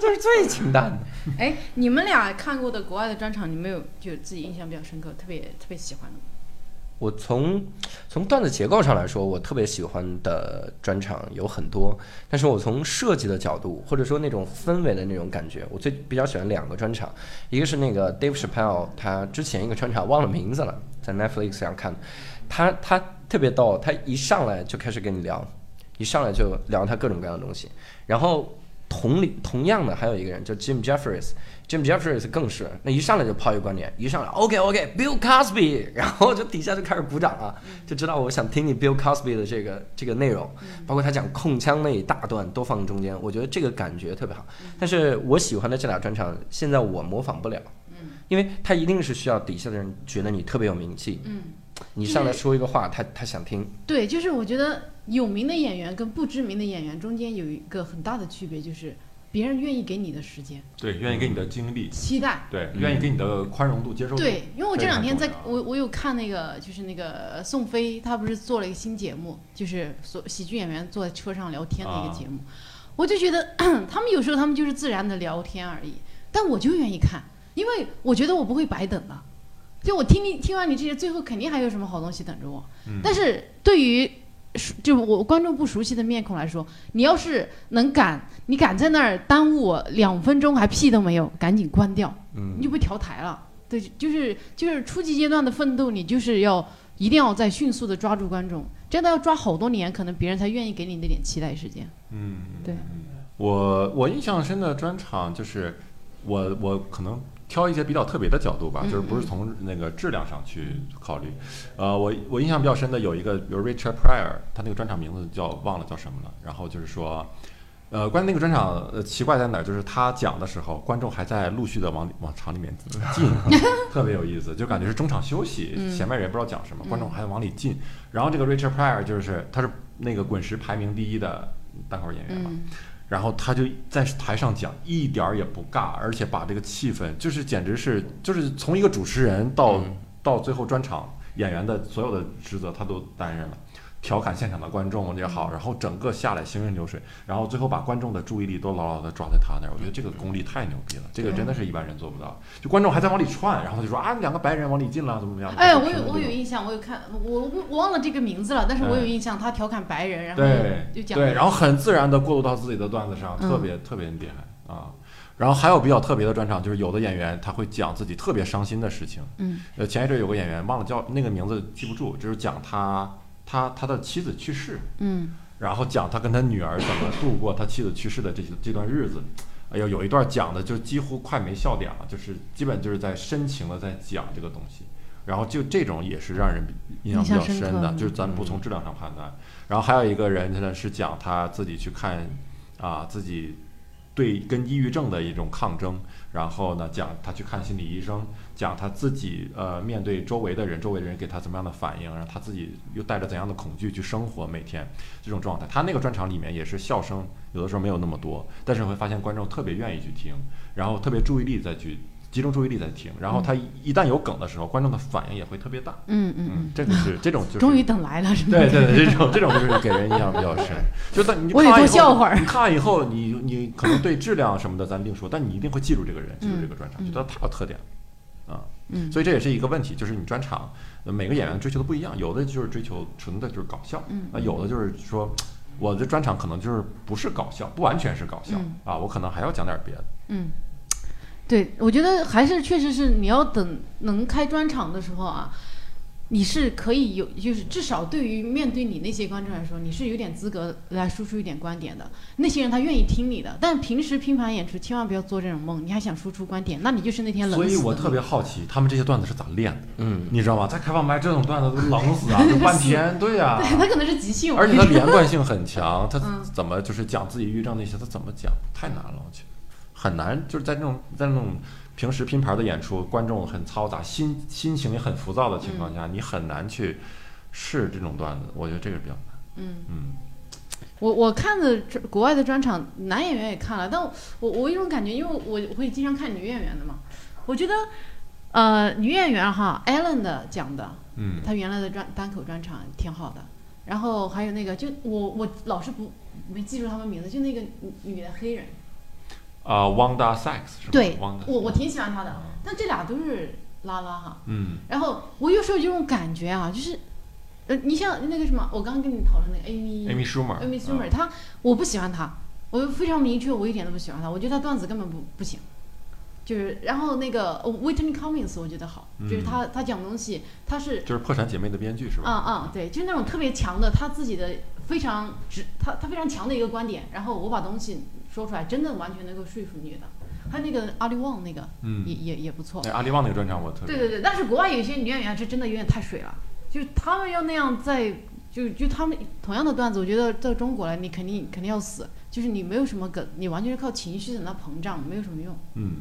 [SPEAKER 3] 这是最清淡的。
[SPEAKER 1] 哎，你们俩看过的国外的专场，你们有就自己印象比较深刻、特别特别喜欢的吗？
[SPEAKER 3] 我从从段子结构上来说，我特别喜欢的专场有很多，但是我从设计的角度，或者说那种氛围的那种感觉，我最比较喜欢两个专场，一个是那个 Dave Chappelle 他之前一个专场忘了名字了，在 Netflix 上看，他他特别逗，他一上来就开始跟你聊，一上来就聊他各种各样的东西，然后。同理，同样的还有一个人叫 Jim Jeffries，Jim Jeffries 更是那一上来就抛一个观点，一上来 OK OK Bill Cosby，然 (laughs) 后就底下就开始鼓掌了，就知道我想听你 Bill Cosby 的这个这个内容，包括他讲控枪那一大段都放中间，我觉得这个感觉特别好。但是我喜欢的这俩专场，现在我模仿不了，因为他一定是需要底下的人觉得你特别有名气，
[SPEAKER 1] 嗯，
[SPEAKER 3] 你上来说一个话，他他想听，
[SPEAKER 1] 对，就是我觉得有名的演员跟不知名的演员中间有一个很大的区别，就是别人愿意给你的时间、
[SPEAKER 2] 对，愿意给你的精力，
[SPEAKER 1] 期待。
[SPEAKER 2] 对，
[SPEAKER 3] 嗯
[SPEAKER 2] 愿意给你的宽容度、接受度。
[SPEAKER 1] 对，因为我这两天在
[SPEAKER 2] 非常重
[SPEAKER 1] 我我有看那个，就是那个宋飞，他不是做了一个新节目，就是所喜剧演员坐在车上聊天的一
[SPEAKER 2] 啊
[SPEAKER 1] 个节目，我就觉得 (clears throat) 他们有时候他们就是自然的聊天而已，但我就愿意看，因为我觉得我不会白等了，就我听你听完你这些，最后肯定还有什么好东西等着我。
[SPEAKER 2] 嗯
[SPEAKER 1] 但是对于熟就我观众不熟悉的面孔来说，你要是能敢，你敢在那儿耽误我两分钟还屁都没有，赶紧关掉。
[SPEAKER 3] 嗯
[SPEAKER 1] 你就被调台了。对，就是就是初级阶段的奋斗，你就是要一定要在迅速的抓住观众，真的要抓好多年，可能别人才愿意给你那点期待时间。
[SPEAKER 2] 嗯，
[SPEAKER 1] 对
[SPEAKER 2] 嗯。我我印象深的专场就是我我可能挑一些比较特别的角度吧，
[SPEAKER 1] 嗯
[SPEAKER 2] 就是不是从那个质量上去考虑。呃，我我印象比较深的有一个，比如 Richard Pryor，他那个专场名字叫忘了叫什么了，然后就是说。呃，关于那个专场，呃，奇怪在哪儿？就是他讲的时候，观众还在陆续的往往场里面进，
[SPEAKER 1] (laughs)
[SPEAKER 2] 特别有意思，就感觉是中场休息，
[SPEAKER 1] 嗯
[SPEAKER 2] 前面人也不知道讲什么，观众还往里进。然后这个 Richard Pryor 就是他是那个滚石排名第一的单口演员嘛，
[SPEAKER 1] 嗯，
[SPEAKER 2] 然后他就在台上讲，一点儿也不尬，而且把这个气氛就是简直是就是从一个主持人到、
[SPEAKER 3] 嗯
[SPEAKER 2] 到最后专场演员的所有的职责他都担任了。调侃现场的观众也
[SPEAKER 1] 嗯
[SPEAKER 2] 好，然后整个下来行云流水，然后最后把观众的注意力都牢牢地抓在他那儿，我觉得这个功力太牛逼了，这个真的是一般人做不到。就观众还在往里窜，然后就说啊，两个白人往里进了，怎么怎么样？
[SPEAKER 1] 哎，
[SPEAKER 2] 就
[SPEAKER 1] 我
[SPEAKER 2] 是
[SPEAKER 1] 有
[SPEAKER 2] 这种
[SPEAKER 1] 我有印象，我有看，我我我忘了这个名字了，但是我有印象，他调侃白人，然后
[SPEAKER 2] 嗯对
[SPEAKER 1] 就讲
[SPEAKER 2] 对，然后很自然的过渡到自己的段子上，
[SPEAKER 1] 嗯
[SPEAKER 2] 特别特别厉害啊。然后还有比较特别的专场，就是有的演员他会讲自己特别伤心的事情。
[SPEAKER 1] 嗯
[SPEAKER 2] 呃，前一阵有个演员忘了叫那个名字，记不住，就是讲他他他的妻子去世，
[SPEAKER 1] 嗯
[SPEAKER 2] 然后讲他跟他女儿怎么度过他妻子去世的这些这段日子。哎呦，有一段讲的就几乎快没笑点了，就是基本就是在深情的在讲这个东西。然后就这种也是让人印象比较深
[SPEAKER 1] 印象深
[SPEAKER 2] 的，
[SPEAKER 1] 刻
[SPEAKER 2] 就是咱不从质量上判断。然后还有一个人呢是讲他自己去看啊自己对跟抑郁症的一种抗争，然后呢讲他去看心理医生，讲他自己呃面对周围的人，周围的人给他怎么样的反应，然后他自己又带着怎样的恐惧去生活每天这种状态。他那个专场里面也是笑声有的时候没有那么多，但是会发现观众特别愿意去听，然后特别注意力再去集中注意力在听，然后他一一旦有梗的时候，观众的反应也会特别大。
[SPEAKER 1] 嗯嗯
[SPEAKER 2] 嗯
[SPEAKER 1] 嗯，，
[SPEAKER 2] 这个是这种就是
[SPEAKER 1] 终于等来了，是吗？
[SPEAKER 2] 对对对，这种这种就是给人印象比较深。就但你
[SPEAKER 1] 我得
[SPEAKER 2] 看完
[SPEAKER 1] 多
[SPEAKER 2] 以后
[SPEAKER 1] 笑会儿
[SPEAKER 2] 你看完以后，你你可能对质量什么的咱另说，但你一定会记住这个人，记住这个专场，
[SPEAKER 1] 嗯
[SPEAKER 2] 觉得他有特点啊。
[SPEAKER 1] 嗯
[SPEAKER 2] 所以这也是一个问题，就是你专场呃每个演员追求的不一样，有的就是追求纯的就是搞笑，
[SPEAKER 1] 嗯
[SPEAKER 2] 那有的就是说。我的专场可能就是不是搞笑，不完全是搞笑、
[SPEAKER 1] 嗯
[SPEAKER 2] 啊，我可能还要讲点别的。
[SPEAKER 1] 嗯，对，我觉得还是确实是你要等能开专场的时候啊，你是可以有，就是至少对于面对你那些观众来说，你是有点资格来输出一点观点的。那些人他愿意听你的，但平时拼盘演出千万不要做这种梦，你还想输出观点，那你就是那天冷
[SPEAKER 2] 所
[SPEAKER 1] 死
[SPEAKER 2] 以我
[SPEAKER 1] 的
[SPEAKER 2] 特别好奇，他们这些段子是咋练的，
[SPEAKER 3] 嗯，
[SPEAKER 2] 你知道吗？在开放麦这种段子都冷死啊，就
[SPEAKER 1] (laughs)
[SPEAKER 2] 半天，对
[SPEAKER 1] (laughs)
[SPEAKER 2] 呀、
[SPEAKER 1] 对他可能是即 (laughs) 兴，
[SPEAKER 2] 而且他连贯性
[SPEAKER 1] (laughs)
[SPEAKER 2] 很强，他
[SPEAKER 1] 嗯
[SPEAKER 2] 怎么就是讲自己抑郁症那些，他怎么讲？太难了，我去，很难。就是在那种在那种平时拼盘的演出，观众很嘈杂，心心情也很浮躁的情
[SPEAKER 1] 嗯
[SPEAKER 2] 况下，你很难去试这种段子。我觉得这个比较难。
[SPEAKER 1] 嗯，
[SPEAKER 2] 嗯
[SPEAKER 1] 我我看的专国外的专场，男演员也看了，但我我我有一种感觉，因为我我会经常看女演员的嘛，我觉得，呃，女演员哈，Ellen 的讲的，
[SPEAKER 2] 嗯
[SPEAKER 1] 她原来的专单口专场挺好的，然后还有那个，就我我老是不没记住他们名字，就那个女女的黑人，
[SPEAKER 2] 啊、w a n d a Sykes 是吧？
[SPEAKER 1] 对
[SPEAKER 2] w a n d a
[SPEAKER 1] 我我挺喜欢她的，但这俩都是拉拉哈。
[SPEAKER 2] 嗯，
[SPEAKER 1] 然后我有时候有种感觉啊，就是，呃，你像那个什么，我刚跟你讨论那个
[SPEAKER 2] Amy Schumer，
[SPEAKER 1] Amy
[SPEAKER 2] 嗯
[SPEAKER 1] Schumer，他我不喜欢他，我非常明确，我一点都不喜欢他，我觉得他段子根本不不行。就是，然后那个呃 Whitney Cummings 我觉得好，就是
[SPEAKER 2] 嗯
[SPEAKER 1] 他他讲东西，他是
[SPEAKER 2] 就是《破产姐妹》的编剧是
[SPEAKER 1] 啊
[SPEAKER 2] 吧？
[SPEAKER 1] 啊、对，就是那种特别强的他自己的非常直，他他非常强的一个观点，然后我把东西说出来，真的完全能够说服你的。还有那个阿里旺那个也
[SPEAKER 2] 嗯，
[SPEAKER 1] 也也不错
[SPEAKER 2] 那，阿利旺那个专场我特别
[SPEAKER 1] 对对对，但是国外有一些女演员是真的有点太水了，就是他们要那样在，就就他们同样的段子，我觉得到中国来你肯定肯定要死，就是你没有什么梗，你完全是靠情绪在那膨胀，没有什么用。
[SPEAKER 2] 嗯，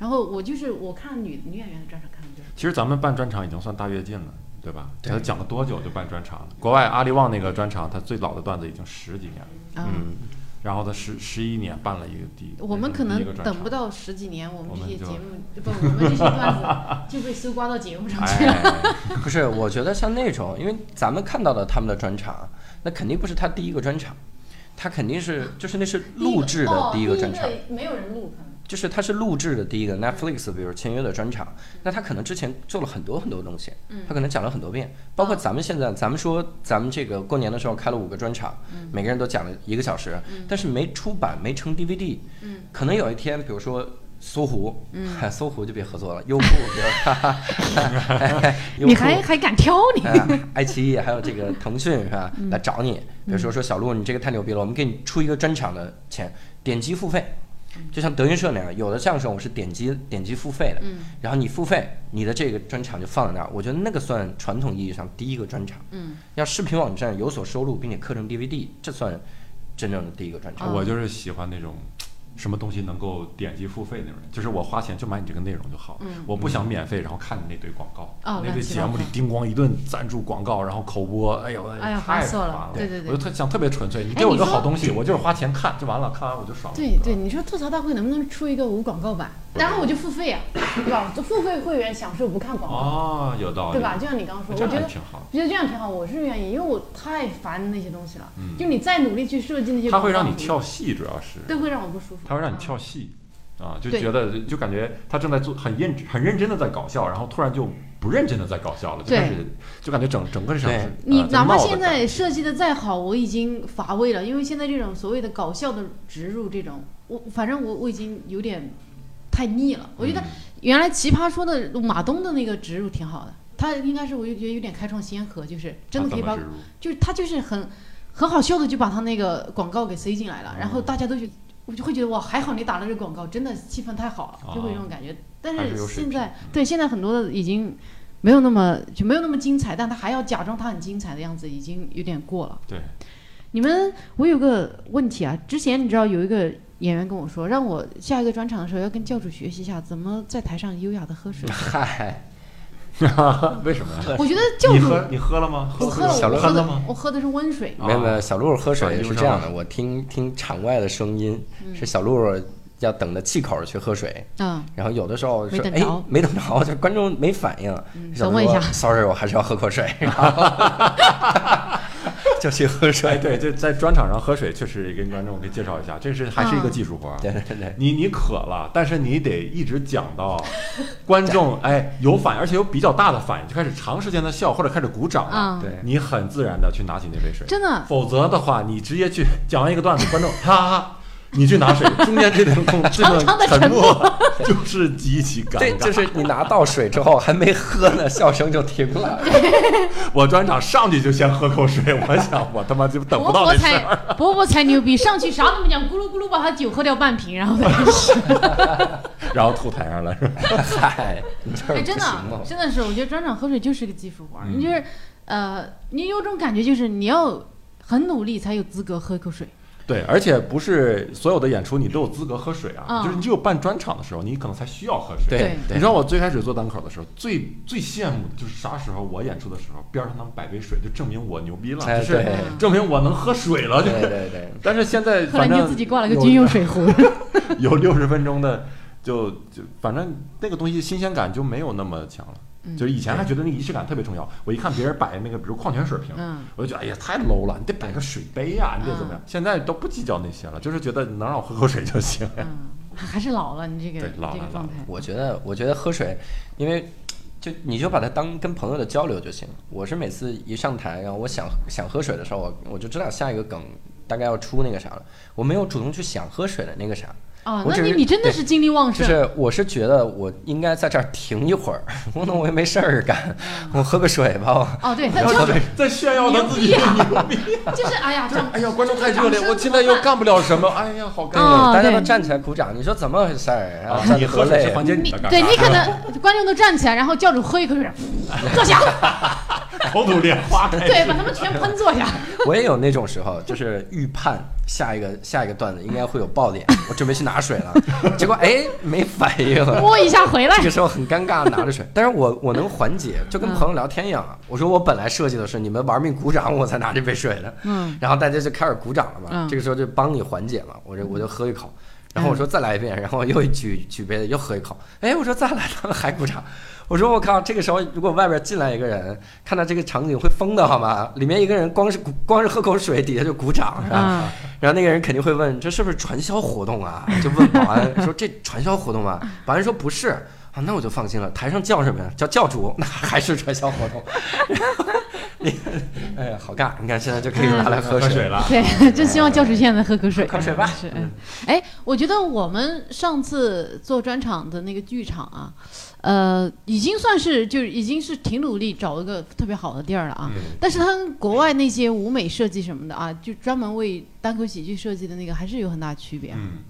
[SPEAKER 1] 然后我就是我看女女演员的专场看的就是，
[SPEAKER 2] 其实咱们办专场已经算大跃进了，对吧？
[SPEAKER 3] 对
[SPEAKER 2] 他讲了多久就办专场了？国外阿利旺那个专场，他最老的段子已经十几年了，
[SPEAKER 1] 嗯，
[SPEAKER 2] 然后他十十一年办了一个第一，
[SPEAKER 1] 我们可
[SPEAKER 2] 第一
[SPEAKER 1] 能
[SPEAKER 2] 个专
[SPEAKER 1] 等
[SPEAKER 2] 场
[SPEAKER 1] 不到十几年，我们
[SPEAKER 2] 我
[SPEAKER 1] 这
[SPEAKER 2] 们
[SPEAKER 1] 些
[SPEAKER 2] 就
[SPEAKER 1] 节目不，我们这些段
[SPEAKER 2] (laughs)
[SPEAKER 1] 子就被搜刮到节目上去了。
[SPEAKER 2] 哎，
[SPEAKER 3] (laughs) 不是，我觉得像那种，因为咱们看到的他们的专场，那肯定不是他第一个专场，他肯定是就是那是录制的第
[SPEAKER 1] 第
[SPEAKER 3] 一
[SPEAKER 1] 一
[SPEAKER 3] 个
[SPEAKER 1] 个
[SPEAKER 3] 专场，
[SPEAKER 1] 哦、第一个没有人录，可能
[SPEAKER 3] 就是他是录制的第一个 Netflix，比如签约的专场，那他可能之前做了很多很多东西，
[SPEAKER 1] 嗯
[SPEAKER 3] 他可能讲了很多遍，包括咱们现在，咱们说咱们这个过年的时候开了五个专场，
[SPEAKER 1] 嗯
[SPEAKER 3] 每个人都讲了一个小时，但是没出版，没成 DVD，可
[SPEAKER 1] 嗯
[SPEAKER 3] 能有一天，比如说。搜狐，嗨， (laughs) 搜狐就别合作了，优酷，比如 (laughs) 哈哈哈哈，优酷
[SPEAKER 1] (laughs) 你还还敢挑你？
[SPEAKER 3] 哎，爱奇艺还有这个腾讯是吧？来找你，比如说说小鹿，你这个太牛逼了，我们给你出一个专场的钱，点击付费，就像德云社那样，有的相声我是点击点击付
[SPEAKER 1] 嗯
[SPEAKER 3] 费的，然后你付费，你的这个专场就放在那儿，我觉得那个算传统意义上第一个专场。
[SPEAKER 1] 嗯，
[SPEAKER 3] 要视频网站有所收入，并且刻成 DVD，这算真正的第一个专场。
[SPEAKER 2] 啊我
[SPEAKER 1] 嗯
[SPEAKER 2] 就是喜欢那种什么东西能够点击付费那种人，就是我花钱就买你这个内容就好，
[SPEAKER 1] 嗯
[SPEAKER 2] 我不想免费，然后看你那堆广告，
[SPEAKER 1] 哦
[SPEAKER 2] 那堆
[SPEAKER 1] 乱七
[SPEAKER 2] 节
[SPEAKER 1] 八
[SPEAKER 2] 目里
[SPEAKER 1] 糟
[SPEAKER 2] 叮咣一顿赞助广告，然后口播，哎呦，
[SPEAKER 1] 哎呀
[SPEAKER 2] 太
[SPEAKER 1] 烦死
[SPEAKER 2] 烦
[SPEAKER 1] 了对对对
[SPEAKER 2] 我就特想特别纯粹，你
[SPEAKER 1] 哎
[SPEAKER 2] 给我
[SPEAKER 1] 你
[SPEAKER 2] 个
[SPEAKER 1] 说
[SPEAKER 2] 好东西，我就是花钱看就完了，看完我就爽了。
[SPEAKER 1] 对对，你说吐槽大会能不能出一个无广告版？然后我就付费啊，对吧？就付费会员享受不看广告，
[SPEAKER 2] 哦，有道理，
[SPEAKER 1] 对吧？？就像你刚刚说，
[SPEAKER 2] 这
[SPEAKER 1] 我觉
[SPEAKER 2] 样
[SPEAKER 1] 得
[SPEAKER 2] 还。挺好的。
[SPEAKER 1] 我觉得这样挺好，我是愿意，因为我太烦那些东西了。
[SPEAKER 2] 嗯
[SPEAKER 1] 就你再努力去设计那些，
[SPEAKER 2] 它会让你，跳戏，主要是，
[SPEAKER 1] 对，会让我不舒服。
[SPEAKER 2] 它会让你
[SPEAKER 1] 啊，
[SPEAKER 2] 跳戏，啊，就
[SPEAKER 1] 对
[SPEAKER 2] 觉得就感觉他正在做很认很认真的在搞笑，然后突然就不认真的在搞笑了，就
[SPEAKER 1] 对
[SPEAKER 2] 开始就感觉整整个场
[SPEAKER 3] 对。
[SPEAKER 2] 是，
[SPEAKER 1] 你
[SPEAKER 2] 呃
[SPEAKER 1] 哪怕
[SPEAKER 2] 闹的
[SPEAKER 1] 现
[SPEAKER 2] 感觉
[SPEAKER 1] 在设计的再好，我已经乏味了，因为现在这种所谓的搞笑的植入，这种我反正我我已经有点太腻了。我觉得
[SPEAKER 2] 嗯
[SPEAKER 1] 原来奇葩说的马东的那个植入挺好的，他应该是我就觉得有点开创先河，就是真的
[SPEAKER 2] 它
[SPEAKER 1] 可以把
[SPEAKER 2] 啊怎么植入
[SPEAKER 1] 就是他就是很很好笑的就把他那个广告给塞进来了，然后
[SPEAKER 2] 嗯
[SPEAKER 1] 大家都觉我就会觉得哇，还好你打了这广告，真的气氛太好了，就会有这种感觉。但
[SPEAKER 2] 啊还是有水
[SPEAKER 1] 现
[SPEAKER 2] 平
[SPEAKER 1] 在对现在很多的已经没有那么就没有那么精彩，但他还要假装他很精彩的样子，已经有点过了。
[SPEAKER 2] 对，
[SPEAKER 1] 你们我有个问题啊，之前你知道有一个。演员跟我说，让我下一个专场的时候要跟教主学习一下怎么在台上优雅的喝水
[SPEAKER 3] (laughs) 嗨，
[SPEAKER 1] (laughs)
[SPEAKER 2] 为什么呀？
[SPEAKER 1] 我觉得教
[SPEAKER 2] 你
[SPEAKER 1] 主，
[SPEAKER 2] 喝你喝了吗？
[SPEAKER 1] 我喝了，
[SPEAKER 3] 小
[SPEAKER 1] 我
[SPEAKER 3] 乐
[SPEAKER 1] 喝
[SPEAKER 2] 了
[SPEAKER 1] 的
[SPEAKER 2] 吗？
[SPEAKER 1] 我喝的是温水。
[SPEAKER 2] 啊
[SPEAKER 3] 没有没有，小鹿喝水
[SPEAKER 2] 转悠
[SPEAKER 3] 是
[SPEAKER 2] 上
[SPEAKER 3] 这样的，我听听场外的声音，是小鹿要等着气口去喝水，
[SPEAKER 1] 嗯，
[SPEAKER 3] 然后有的时候
[SPEAKER 1] 没
[SPEAKER 3] 是
[SPEAKER 1] 等
[SPEAKER 3] 哎
[SPEAKER 1] 着
[SPEAKER 3] 没等着， (laughs) 就观众没反应，小
[SPEAKER 1] 等
[SPEAKER 3] 鹿
[SPEAKER 1] 我一
[SPEAKER 3] 说
[SPEAKER 1] 下
[SPEAKER 3] sorry，我还是要喝口水， (laughs) 然后就去喝
[SPEAKER 2] 哎，
[SPEAKER 3] 水， (laughs)
[SPEAKER 2] 对，就在专场上喝水，确实也跟观众给介绍一下，这是还是
[SPEAKER 1] 嗯
[SPEAKER 2] 一个技术活儿。啊
[SPEAKER 3] 对对对，
[SPEAKER 2] 你你渴了，但是你得一直讲到观众哎有反应，而且有比较大的反应，就开始长时间的笑或者开始鼓掌了
[SPEAKER 1] 啊。
[SPEAKER 3] 对
[SPEAKER 2] 你很自然的去拿起那杯水，
[SPEAKER 1] 真的，
[SPEAKER 2] 否则的话，你直接去讲完一个段子，观众哈哈哈，你去拿水，中间这段空这
[SPEAKER 1] 长长的
[SPEAKER 2] 段
[SPEAKER 1] 沉
[SPEAKER 2] 默 (laughs) 就是极其尴
[SPEAKER 3] 对，
[SPEAKER 2] 尬。
[SPEAKER 3] 就是你拿到水之后还没喝呢， (laughs) 笑声就停了。
[SPEAKER 2] 我专场上去就先喝口水，我想我他妈就等不
[SPEAKER 1] 伯
[SPEAKER 2] 到
[SPEAKER 1] 伯
[SPEAKER 2] 这事儿。 (laughs)
[SPEAKER 1] 才伯伯才牛逼，上去啥都不讲，咕噜咕噜把他酒喝掉半瓶，然
[SPEAKER 2] (laughs)
[SPEAKER 1] 后哎再开始。
[SPEAKER 2] 然后吐台上了，是 (laughs) 吧？
[SPEAKER 3] 嗨，你这
[SPEAKER 1] 哎，
[SPEAKER 3] 儿不
[SPEAKER 1] 真的
[SPEAKER 3] 行吗？
[SPEAKER 1] 真的是，我觉得专场喝水就是个技术活儿，
[SPEAKER 2] 嗯
[SPEAKER 1] 你就是呃，你有种感觉就是你要很努力才有资格喝一口水。
[SPEAKER 2] 对，而且不是所有的演出你都有资格喝水啊，
[SPEAKER 1] 嗯
[SPEAKER 2] 就是你只有办专场的时候，你可能才需要喝水。
[SPEAKER 1] 对
[SPEAKER 2] 你知道我最开始做单口的时候，最最羡慕的就是啥时候我演出的时候，边上能摆杯水，就证明我牛逼了，
[SPEAKER 3] 哎
[SPEAKER 2] 就是
[SPEAKER 3] 对
[SPEAKER 2] 证明我能喝水了。就
[SPEAKER 3] 对
[SPEAKER 2] 是，
[SPEAKER 3] 对 (laughs) 对，
[SPEAKER 2] 但是现在
[SPEAKER 1] 后来
[SPEAKER 2] 反
[SPEAKER 1] 你
[SPEAKER 2] 正
[SPEAKER 1] 就自己挂了个
[SPEAKER 2] 有
[SPEAKER 1] 军用水
[SPEAKER 2] (laughs)
[SPEAKER 1] 壶。
[SPEAKER 2] 有六十分钟的，就就反正那个东西新鲜感就没有那么强了。
[SPEAKER 1] 嗯
[SPEAKER 2] 就是以前还觉得那个仪式感特别重要，我一看别人摆那个，比如矿泉水瓶，
[SPEAKER 1] 嗯
[SPEAKER 2] 我就觉得哎呀太 low 了，你得摆个水杯呀、你得怎么样？现在都不计较那些了，就是觉得能让我喝口水就行。
[SPEAKER 1] 嗯，还是老了，你这个
[SPEAKER 2] 对老了
[SPEAKER 1] 这个状态。
[SPEAKER 3] 我觉得，我觉得喝水，因为就你就把它当跟朋友的交流就行了。我是每次一上台，然后我想想喝水的时候，我我就知道下一个梗大概要出那个啥了。我没有主动去想喝水的那个啥，
[SPEAKER 1] 啊，
[SPEAKER 3] 我
[SPEAKER 1] 那
[SPEAKER 3] 只
[SPEAKER 1] 你
[SPEAKER 3] 是
[SPEAKER 1] 你真的
[SPEAKER 3] 对
[SPEAKER 1] 是精力旺
[SPEAKER 3] (laughs) 就
[SPEAKER 1] 盛，
[SPEAKER 3] 是我是觉得我应该在这儿停一会儿，我那我也没事儿干，我喝个水吧。
[SPEAKER 1] 哦，
[SPEAKER 2] (laughs)
[SPEAKER 1] 对，他
[SPEAKER 2] 然后
[SPEAKER 1] 就
[SPEAKER 2] 他
[SPEAKER 1] 是
[SPEAKER 2] 在在炫耀他自己的牛逼，
[SPEAKER 1] (laughs) 就是哎
[SPEAKER 2] (laughs)
[SPEAKER 1] 呀，
[SPEAKER 2] 就是
[SPEAKER 1] 掌
[SPEAKER 2] 哎呀，观众太热烈，
[SPEAKER 1] 掌声
[SPEAKER 2] 我现在又干不了什么，哎呀，好尴
[SPEAKER 3] 对，
[SPEAKER 2] 尬。
[SPEAKER 1] 哦
[SPEAKER 3] 大家都
[SPEAKER 1] 对
[SPEAKER 3] 站起来鼓掌，你说怎么回事儿？啊
[SPEAKER 2] 啊，
[SPEAKER 3] 站
[SPEAKER 2] 你
[SPEAKER 3] 得多
[SPEAKER 2] 喝水是
[SPEAKER 3] 累？
[SPEAKER 2] 缓解你
[SPEAKER 1] 你
[SPEAKER 2] 的尴尬，
[SPEAKER 1] 对你可
[SPEAKER 2] (laughs)
[SPEAKER 1] 能观众都站起来，然后教主喝一口水，坐下，
[SPEAKER 2] (laughs) 口吐莲花，
[SPEAKER 1] 对，把他们全喷坐下。
[SPEAKER 3] 我也有那种时候，就是预判下一个下一个段子应该会有爆点，我准备去拿水了，结果哎没反应。 (laughs)
[SPEAKER 1] 摸一下回来
[SPEAKER 3] 这。个时候很尴尬，拿着水，
[SPEAKER 1] (laughs)
[SPEAKER 3] 但是我我能缓解，就跟
[SPEAKER 1] 嗯
[SPEAKER 3] 朋友聊天一样啊。我说我本来设计的是你们玩命鼓掌，我才拿这杯水的，
[SPEAKER 1] 嗯，
[SPEAKER 3] 然后大家就开始鼓掌了嘛。
[SPEAKER 1] 嗯
[SPEAKER 3] 这个时候就帮你缓解嘛，我就我就喝一口，然后我说再来一
[SPEAKER 1] 嗯
[SPEAKER 3] 遍，然后又举举杯子又喝一口，哎，我说再来，他们还鼓掌。我说我靠，这个时候如果外边进来一个人，看到这个场景会疯的好吗？里面一个人光是鼓光是喝口水，底下就鼓掌是吧？
[SPEAKER 1] 啊，
[SPEAKER 3] 然后那个人肯定会问：“这是不是传销活动啊？”就问保
[SPEAKER 2] (laughs)
[SPEAKER 3] 安说：“这传销活动吗？”保安说：“不是啊。”那我就放心了。台上叫什么呀？叫教主， (laughs) 那还是传销
[SPEAKER 2] (laughs)
[SPEAKER 3] 活动。你哎呀，好尬！你看现在就可以拿来喝
[SPEAKER 2] 嗯喝
[SPEAKER 3] 水
[SPEAKER 2] 水
[SPEAKER 3] 了。
[SPEAKER 2] 了。
[SPEAKER 1] 对， (laughs) 就希望教主现在喝口水，
[SPEAKER 3] 口水吧
[SPEAKER 1] 是，嗯哎，我觉得我们上次做专场的那个剧场啊，呃，已经算是就已经是挺努力找一个特别好的地儿了啊。
[SPEAKER 2] 嗯
[SPEAKER 1] 但是他跟国外那些舞美设计什么的啊，就专门为单口喜剧设计的那个还是有很大区别。
[SPEAKER 2] 嗯，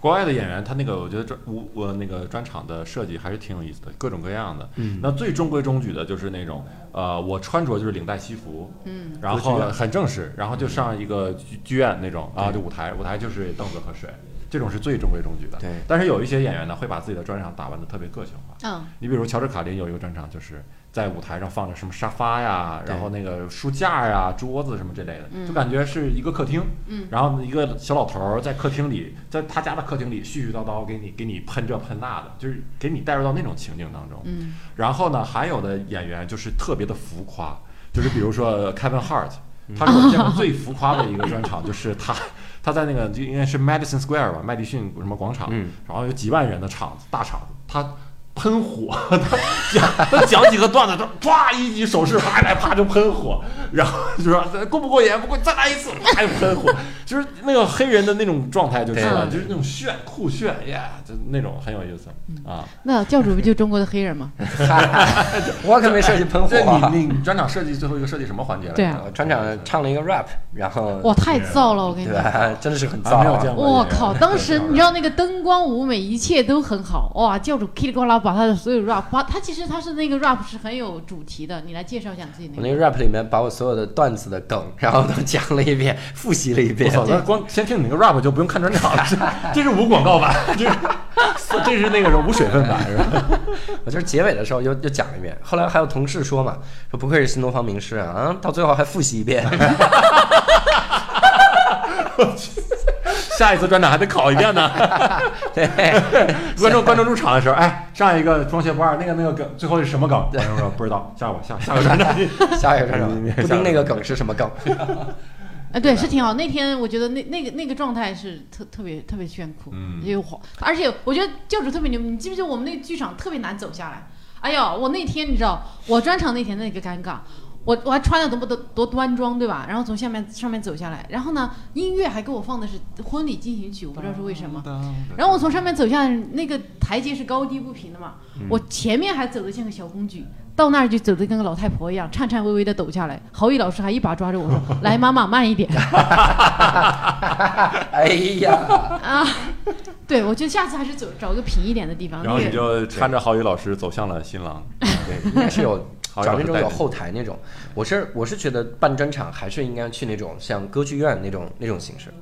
[SPEAKER 2] 国外的演员他那个，我觉得专我我那个专场的设计还是挺有意思的，各种各样的。
[SPEAKER 3] 嗯，
[SPEAKER 2] 那最中规中矩的就是那种，呃，我穿着就是领带西服，
[SPEAKER 1] 嗯，
[SPEAKER 2] 然
[SPEAKER 3] 歌剧
[SPEAKER 2] 后
[SPEAKER 3] 院
[SPEAKER 2] 很正式，然后就上一个剧剧院那种啊，
[SPEAKER 3] 对
[SPEAKER 2] 就舞台，舞台就是凳子和水，这种是最中规中矩的。
[SPEAKER 3] 对
[SPEAKER 2] 但是有一些演员呢，会把自己的专场打扮的特别个性化。
[SPEAKER 1] 嗯，
[SPEAKER 2] 你比如乔治卡林有一个专场，就是在舞台上放着什么沙发呀，
[SPEAKER 3] 对
[SPEAKER 2] 然后那个书架呀、桌子什么之类
[SPEAKER 1] 嗯
[SPEAKER 2] 的，就感觉是一个客厅。
[SPEAKER 1] 嗯
[SPEAKER 2] 然后一个小老头儿在客厅里，在他家的客厅里絮絮叨叨，给你给你喷这喷那的，就是给你带入到那种情境当中。
[SPEAKER 1] 嗯，
[SPEAKER 2] 然后呢，还有的演员就是特别的浮夸，就是比如说 Kevin Hart，他是我见过最浮夸的一个专场，就是他他在那个就应该是 Madison Square 吧，麦迪逊什么广场，
[SPEAKER 3] 嗯
[SPEAKER 2] 然后有几万人的场子，大场子，他。喷火， (laughs) 他讲他讲几个段子，他唰一举手势，啪一来啪就喷火，然后就说过不过瘾，不过再来一次，啪就喷火，就是那个黑人的那种状态就出来了，
[SPEAKER 1] 对
[SPEAKER 2] 就是那种炫酷炫耶，就那种很有意思啊。
[SPEAKER 1] 那教主不就中国的黑人吗？
[SPEAKER 3] 呃我可没设计喷火
[SPEAKER 2] 对
[SPEAKER 3] 啊。
[SPEAKER 2] 你，你你专场设计最后一个设计什么环节来呃着？
[SPEAKER 1] 对啊
[SPEAKER 3] 我船长唱了一个 rap，然后
[SPEAKER 1] 哇，太燥了，我跟你
[SPEAKER 3] 对啊
[SPEAKER 1] 讲。
[SPEAKER 3] 吧？ (laughs) 真的是很
[SPEAKER 2] 啊，没
[SPEAKER 3] 燥
[SPEAKER 2] 有
[SPEAKER 3] 啊
[SPEAKER 2] 见。过。
[SPEAKER 1] 我靠！当时你知道那个灯光舞美，一切都很好哇！教主噼里呱啦把他的所有 rap，把他其实他是那个 rap 是很有主题的。你来介绍一下你自己那
[SPEAKER 3] 我
[SPEAKER 1] 个。
[SPEAKER 3] 那个 rap 里面把我所有的段子的梗，然后都讲了一遍，复习了一
[SPEAKER 2] 我
[SPEAKER 3] 遍。
[SPEAKER 2] 操！那光先听你那个 rap 就不用看专场了，这这是无广告版，这是这是那个什么无水
[SPEAKER 3] (laughs)
[SPEAKER 2] 分版是吧？
[SPEAKER 3] 我就是结尾的时候又又讲一遍，后来还有同事说嘛，说不愧是新东方名师啊，啊到最后还复习一
[SPEAKER 2] (laughs)
[SPEAKER 3] 遍，
[SPEAKER 2] 下一次专场还得考一遍呢。
[SPEAKER 3] (laughs) 对，
[SPEAKER 2] (laughs) 观众观众入场的时候，哎，上一个双鞋不二那个那个梗，最后是什么梗？观众说不知道，下我下 (laughs) 下个
[SPEAKER 3] (laughs)
[SPEAKER 2] 专场。
[SPEAKER 3] 下一个专场
[SPEAKER 2] 你你
[SPEAKER 3] 不
[SPEAKER 2] 下一
[SPEAKER 3] 盯
[SPEAKER 2] 个
[SPEAKER 3] 那个梗是什么
[SPEAKER 2] (laughs)
[SPEAKER 3] 梗，
[SPEAKER 1] 啊，对，是挺好。那天我觉得那那个那个状态是特特别特别炫酷，
[SPEAKER 2] 嗯
[SPEAKER 1] 又火，而且我觉得教主特别牛。你记不记得我们那个剧场特别难走下来？哎呀，我那天你知道，我专场那天那个尴尬，我我还穿的多么多多端庄，对吧？然后从下面上面走下来，然后呢，音乐还给我放的是婚礼进行曲，我不知道是为什么。然后我从上面走下来，那个台阶是高低不平的嘛，我前面还走得像个小公举，到那儿就走得跟个老太婆一样，颤颤巍巍的走下来。郝宇老师还一把抓着我说：“来，妈妈慢一点
[SPEAKER 3] 哎呀，
[SPEAKER 1] 啊！”对，我觉得下次还是走找一个平一点的地方。
[SPEAKER 2] 然后你
[SPEAKER 1] 那个
[SPEAKER 2] 就搀着郝宇老师走向了新郎。
[SPEAKER 3] 对，应该是 (laughs) 有
[SPEAKER 2] 好
[SPEAKER 3] 找那
[SPEAKER 2] 有
[SPEAKER 3] 种
[SPEAKER 2] 带
[SPEAKER 3] 有
[SPEAKER 2] 动
[SPEAKER 3] 后台那种，我是我是觉得办专场还是应该去那种像歌剧院那种那种形式，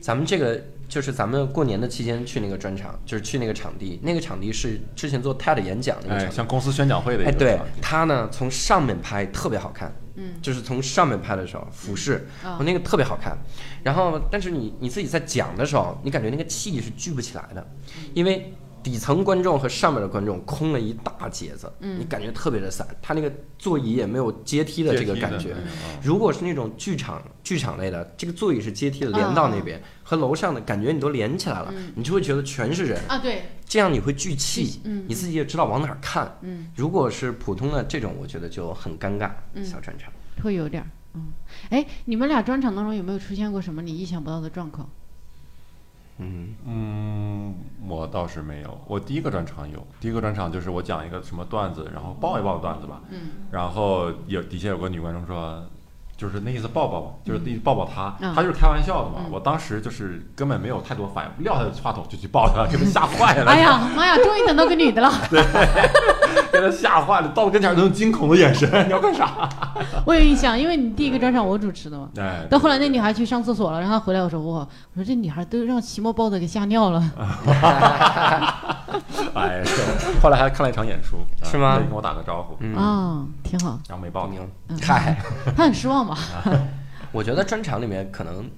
[SPEAKER 3] 咱们这个。就是咱们过年的期间去那个专场，就是去那个场地，那个场地是之前做 TED 演讲那个场
[SPEAKER 2] 哎，
[SPEAKER 3] 地，
[SPEAKER 2] 像公司宣讲会的一
[SPEAKER 3] 哎，
[SPEAKER 2] 个
[SPEAKER 3] 对
[SPEAKER 2] 场景
[SPEAKER 3] 他呢，从上面拍特别好看，
[SPEAKER 1] 嗯，
[SPEAKER 3] 就是从上面拍的时候，俯视，哦
[SPEAKER 1] 啊
[SPEAKER 3] 我那个特别好看。
[SPEAKER 1] 嗯
[SPEAKER 3] 然后，但是你你自己在讲的时候，你感觉那个气是聚不起来的，因为底层观众和上面的观众空了一大截子，
[SPEAKER 1] 嗯
[SPEAKER 3] 你感觉特别的散，他那个座椅也没有阶梯的这个感觉。
[SPEAKER 2] 阶梯的嗯
[SPEAKER 3] 如果是那种剧场剧场类的，这个座椅是阶梯的，连到那边、
[SPEAKER 1] 啊
[SPEAKER 3] 和楼上的感觉你都连起来了，
[SPEAKER 1] 嗯
[SPEAKER 3] 你就会觉得全是人，
[SPEAKER 1] 啊，对，
[SPEAKER 3] 这样你会聚气，
[SPEAKER 1] 嗯
[SPEAKER 3] 你自己也知道往哪儿看。
[SPEAKER 1] 嗯，
[SPEAKER 3] 如果是普通的这种，我觉得就很尴尬。小专场，
[SPEAKER 1] 会有点儿，嗯，哎，你们俩专场当中有没有出现过什么你意想不到的状况？
[SPEAKER 3] 嗯，
[SPEAKER 2] 嗯，我倒是没有。我第一个专场有，第一个专场就是我讲一个什么段子，然后抱一抱的段子吧。
[SPEAKER 1] 嗯。
[SPEAKER 2] 然后有底下有个女观众说，就是那意思抱抱吧，就是那意思抱抱她，
[SPEAKER 1] 嗯
[SPEAKER 2] 她就是开玩笑的嘛。
[SPEAKER 1] 嗯
[SPEAKER 2] 我当时就是根本没有太多反应，撂下话筒就去抱她，给她吓坏了。
[SPEAKER 1] (laughs) 哎呀妈呀，终于等到个女的了！
[SPEAKER 2] 给他吓坏了，到我跟前儿都是惊恐的眼神，你要干啥？
[SPEAKER 1] 我有印象，因为你第一个专场我主持的嘛。
[SPEAKER 2] 哎，
[SPEAKER 1] 到后来那女孩去上厕所了，然后她回来我说哇，我说这女孩都让期末包子给吓尿了。
[SPEAKER 2] 哎，是后来还看了一场演出，啊
[SPEAKER 3] 是吗
[SPEAKER 2] 他跟我打个招呼，
[SPEAKER 3] 嗯
[SPEAKER 1] 啊，挺好。
[SPEAKER 2] 然后没报名。
[SPEAKER 3] 牛
[SPEAKER 1] 嗯，
[SPEAKER 3] 嗨。
[SPEAKER 1] 她很失望吧？
[SPEAKER 3] 我觉得专场里面可能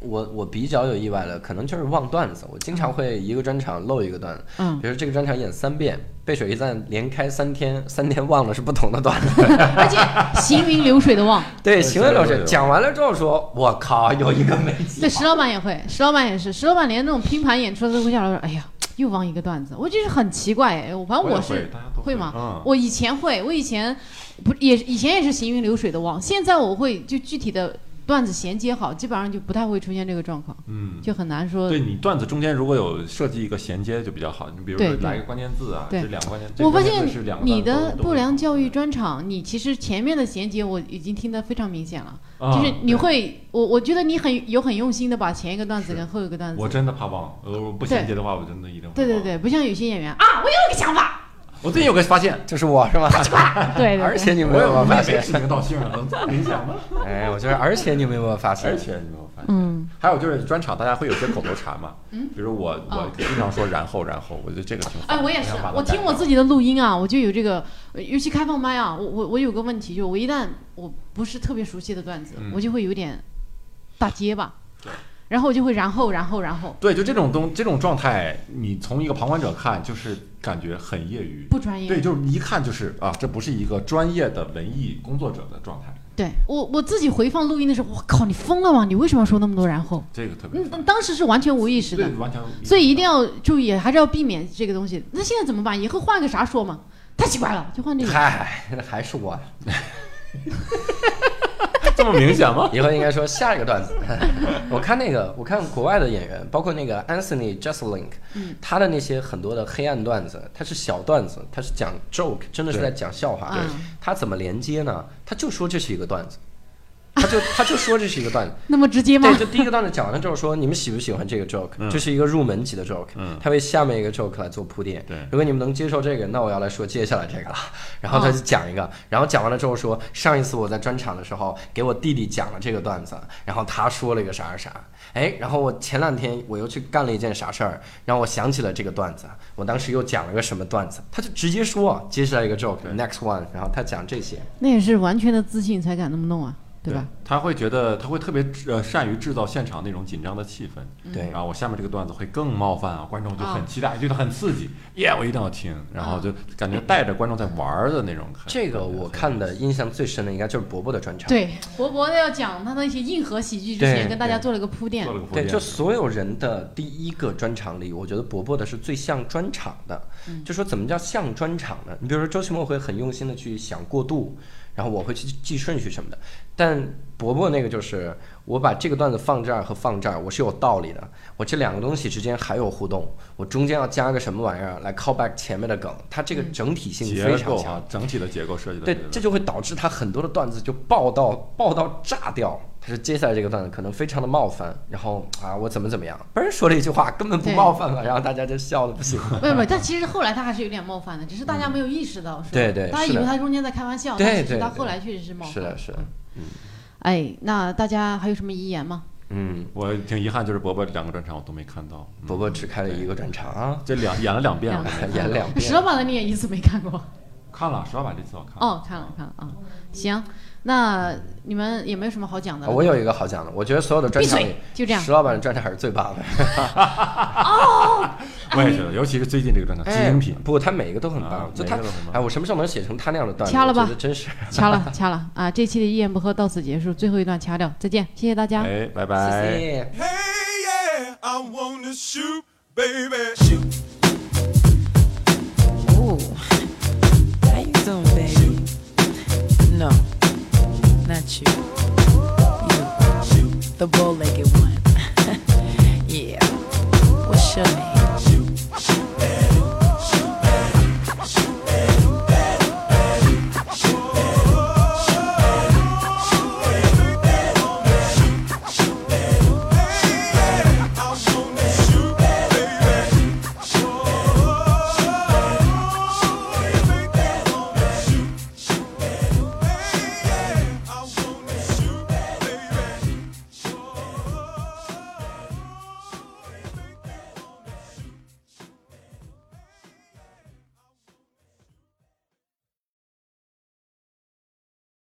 [SPEAKER 3] 我我比较有意外的，可能就是忘段子。我经常会一个专场漏一个段子，
[SPEAKER 1] 嗯
[SPEAKER 3] 比，如说这个专场演三遍，背水一战连开三天， (laughs) 三天忘的是不同
[SPEAKER 1] (laughs)
[SPEAKER 3] 的段子。
[SPEAKER 1] 而且行云流水的忘。
[SPEAKER 3] 对，
[SPEAKER 2] 对
[SPEAKER 3] 行为流
[SPEAKER 2] 对
[SPEAKER 3] 水
[SPEAKER 2] 对对
[SPEAKER 3] 讲完了之后说，我靠，有一个没记
[SPEAKER 1] 对，。石老板也会，石老板也是，石老板连那种拼盘演出都会下来说：“哎呀，又忘一个段子。”我就是很奇怪，哎，我反正
[SPEAKER 2] 也
[SPEAKER 1] 我
[SPEAKER 2] 会
[SPEAKER 1] 是
[SPEAKER 2] 大家都
[SPEAKER 1] 会吗
[SPEAKER 2] 嗯，
[SPEAKER 1] 我以前会，我以前不也以前也是行云流水的忘，现在我会就具体的段子衔接好，基本上就不太会出现这个状况，
[SPEAKER 2] 嗯，
[SPEAKER 1] 就很难说
[SPEAKER 2] 对。你段子中间如果有设计一个衔接就比较好，你比如
[SPEAKER 1] 对
[SPEAKER 2] 说
[SPEAKER 1] 对
[SPEAKER 2] 来一个关键字啊，
[SPEAKER 1] 对
[SPEAKER 2] 这两个关键，这
[SPEAKER 1] 我发
[SPEAKER 2] 关键
[SPEAKER 1] 现
[SPEAKER 2] 字是两个
[SPEAKER 1] 你
[SPEAKER 2] 段子
[SPEAKER 1] 的
[SPEAKER 2] 都
[SPEAKER 1] 不良
[SPEAKER 2] 都
[SPEAKER 1] 教育专场，你其实前面的衔接我已经听得非常明显了，
[SPEAKER 2] 啊
[SPEAKER 1] 就是你
[SPEAKER 2] 对
[SPEAKER 1] 会，我我觉得你很有很用心的把前一个段子
[SPEAKER 2] 是
[SPEAKER 1] 跟后一个段子
[SPEAKER 2] 我真的怕忘，呃，我不衔接的话，我真的一定会。
[SPEAKER 1] 对对，对，不像有些演员啊，我有一个想法，
[SPEAKER 2] 我最近有个发现，
[SPEAKER 3] 就是我是吧？
[SPEAKER 1] (laughs) 对对对，
[SPEAKER 3] (laughs) 而且你
[SPEAKER 2] 我
[SPEAKER 3] 们有没有
[SPEAKER 2] 也
[SPEAKER 3] 发
[SPEAKER 2] 没没
[SPEAKER 3] 现？
[SPEAKER 2] 指名道姓啊，
[SPEAKER 3] (laughs)
[SPEAKER 2] 能这么明显吗？
[SPEAKER 3] 哎，我觉得，而且你们有没有
[SPEAKER 1] (laughs)
[SPEAKER 3] 发
[SPEAKER 2] 而
[SPEAKER 3] 现？
[SPEAKER 2] 且你有没有发现？
[SPEAKER 1] 嗯，
[SPEAKER 2] 还有就是专场，大家会有些口头禅嘛，
[SPEAKER 1] 嗯
[SPEAKER 2] 比如我
[SPEAKER 1] 哦
[SPEAKER 2] 我经常说然后然后，我觉得这个挺烦
[SPEAKER 1] 哎，我也是
[SPEAKER 2] 想把，它
[SPEAKER 1] 我
[SPEAKER 2] 改
[SPEAKER 1] 听我
[SPEAKER 2] 掉
[SPEAKER 1] 自己的录音啊，我就有这个，呃尤其开放麦啊，我我我有个问题，就我一旦我不是特别熟悉的段子，
[SPEAKER 2] 嗯
[SPEAKER 1] 我就会有点打结巴，
[SPEAKER 2] 对，
[SPEAKER 1] 然后我就会然后然后然后
[SPEAKER 2] 对，就这种东这种状态，你从一个旁观者看，就是感觉很业余。
[SPEAKER 1] 不专业，
[SPEAKER 2] 对，就是一看就是啊，这不是一个专业的文艺工作者的状态，
[SPEAKER 1] 对我我自己回放录音的时候，我靠，你疯了吗？你为什么要说那么多然后？
[SPEAKER 2] 这个特
[SPEAKER 1] 嗯，
[SPEAKER 2] 别烦
[SPEAKER 1] 当当时是完全无意识的
[SPEAKER 2] 对，，完全。
[SPEAKER 1] 所以一定要注意，还是要避免这个东西。那现在怎么办？以后换个啥说嘛？太奇怪了，就换这个。
[SPEAKER 3] 嗨，还是我，
[SPEAKER 2] (laughs) 这么明显吗？ (laughs)
[SPEAKER 3] 以后应该说下一个段子。 (laughs) 我看那个，我看国外的演员，包括那个 Anthony Jeselnik，、
[SPEAKER 1] 嗯
[SPEAKER 3] 他的那些很多的黑暗段子，他是小段子，他是讲 joke，真的是在讲笑话
[SPEAKER 1] 对。
[SPEAKER 3] 他怎么连接呢？他就说这是一个段子，他就他就说这是一个段子。
[SPEAKER 1] 那么直接吗
[SPEAKER 3] 对，？就第一个段子讲完了之后说，你们喜不喜欢这个 joke？、这是一个入门级的 joke，、
[SPEAKER 2] 嗯
[SPEAKER 3] 他为下面一个 joke 来做铺垫。
[SPEAKER 2] 对
[SPEAKER 3] 如果你们能接受这个，那我要来说接下来这个了。然后他就讲一个，然后讲完了之后说，上一次我在专场的时候给我弟弟讲了这个段子，然后他说了一个啥啥啥，哎，然后我前两天我又去干了一件啥事儿，让我想起了这个段子，我当时又讲了个什么段子，他就直接说接下来一个 joke，next one，然后他讲这些。
[SPEAKER 1] 那也是完全的自信才敢那么弄啊，对吧？？
[SPEAKER 2] 他会觉得他会特别呃善于制造现场那种紧张的气氛，
[SPEAKER 1] 嗯
[SPEAKER 3] 对
[SPEAKER 2] 然后我下面这个段子会更冒犯啊，观众就
[SPEAKER 1] 啊
[SPEAKER 2] 很期待，觉得很刺激，耶，我一定要听，然
[SPEAKER 1] 哦
[SPEAKER 2] 后就感觉带着观众在玩儿的那种感觉。
[SPEAKER 3] 这个我看的印象最深的应该就是伯伯的专场。
[SPEAKER 1] 对，博博的要讲他的一些硬核喜剧之
[SPEAKER 3] 对
[SPEAKER 1] 前，跟大家
[SPEAKER 3] 对
[SPEAKER 1] 做了个铺垫
[SPEAKER 2] 做。了个铺
[SPEAKER 3] 对，
[SPEAKER 2] 垫，
[SPEAKER 3] 就所有人的第一个专场里，我觉得伯伯的是最像专场的。就说怎么叫像专场呢？你比如说周奇墨会很用心的去想过渡，然后我会去记顺序什么的。但伯伯那个就是我把这个段子放这儿和放这儿，我是有道理的。我这两个东西之间还有互动，我中间要加个什么玩意儿来 call back 前面的梗，它这个整体性非
[SPEAKER 2] 结
[SPEAKER 3] 常
[SPEAKER 2] 构
[SPEAKER 3] 强。
[SPEAKER 2] 啊，整体的结构设计的
[SPEAKER 3] 对，这就会导致他很多的段子就爆到爆到炸掉。他是接下来这个段子可能非常的冒犯，然后啊我怎么怎么样，不是说了一句话根本不
[SPEAKER 1] 对
[SPEAKER 3] 冒犯嘛，然后大家就笑的不行。
[SPEAKER 1] 不不，但其实后来他还是有点冒犯的，只是大家没有意识到，是吧？
[SPEAKER 3] 嗯对对
[SPEAKER 1] 大家
[SPEAKER 3] 是
[SPEAKER 1] 以为
[SPEAKER 3] 的
[SPEAKER 1] 他中间在开玩笑，
[SPEAKER 3] 对
[SPEAKER 1] 但其
[SPEAKER 3] 对
[SPEAKER 1] 实他
[SPEAKER 3] 对
[SPEAKER 1] 后来确实是冒犯。
[SPEAKER 3] 是的，是的，
[SPEAKER 1] 哎，那大家还有什么遗言吗？
[SPEAKER 3] 嗯，
[SPEAKER 2] 我挺遗憾，就是伯伯两个专场我都没看到，嗯
[SPEAKER 3] 伯伯只开了一个专场啊，
[SPEAKER 2] 这两演了两遍，
[SPEAKER 1] 两嗯
[SPEAKER 2] 我都没看
[SPEAKER 3] 演
[SPEAKER 1] (laughs)
[SPEAKER 3] 了两
[SPEAKER 1] 石
[SPEAKER 3] 遍
[SPEAKER 1] 老。板的你也一次没看过？
[SPEAKER 2] 看了，十二把这次我看了。
[SPEAKER 1] 哦，看了看了啊，行，那你们也没有什么好讲的
[SPEAKER 3] 啊
[SPEAKER 1] 了。
[SPEAKER 3] 我有一个好讲的，我觉得所有的专场
[SPEAKER 1] 闭
[SPEAKER 3] 里
[SPEAKER 1] 嘴，就这样
[SPEAKER 3] 石老板的专场还是最棒的。
[SPEAKER 2] 我也觉得，尤其是最近这个专
[SPEAKER 3] (laughs)
[SPEAKER 2] 场《精
[SPEAKER 3] 哎
[SPEAKER 2] 英品》，
[SPEAKER 3] 不，他每一个都很棒，
[SPEAKER 2] 啊
[SPEAKER 3] 就
[SPEAKER 2] 每
[SPEAKER 3] 他
[SPEAKER 2] 个都很，棒
[SPEAKER 3] 哎，我什么时候能写成他那样的段子？
[SPEAKER 1] 掐了吧
[SPEAKER 3] 我觉得真是，
[SPEAKER 1] 掐了掐了啊！这期的一言不合到此结束，最后一段掐掉，再见，谢谢大家。
[SPEAKER 2] 哎，拜拜。
[SPEAKER 3] 啊谢谢。
[SPEAKER 4] Hey, yeah, I wanna shoot, baby, shoot,
[SPEAKER 5] Ooh. How you doing, baby? No, not you. (laughs) You, the bow-legged one. yeah. What's your name?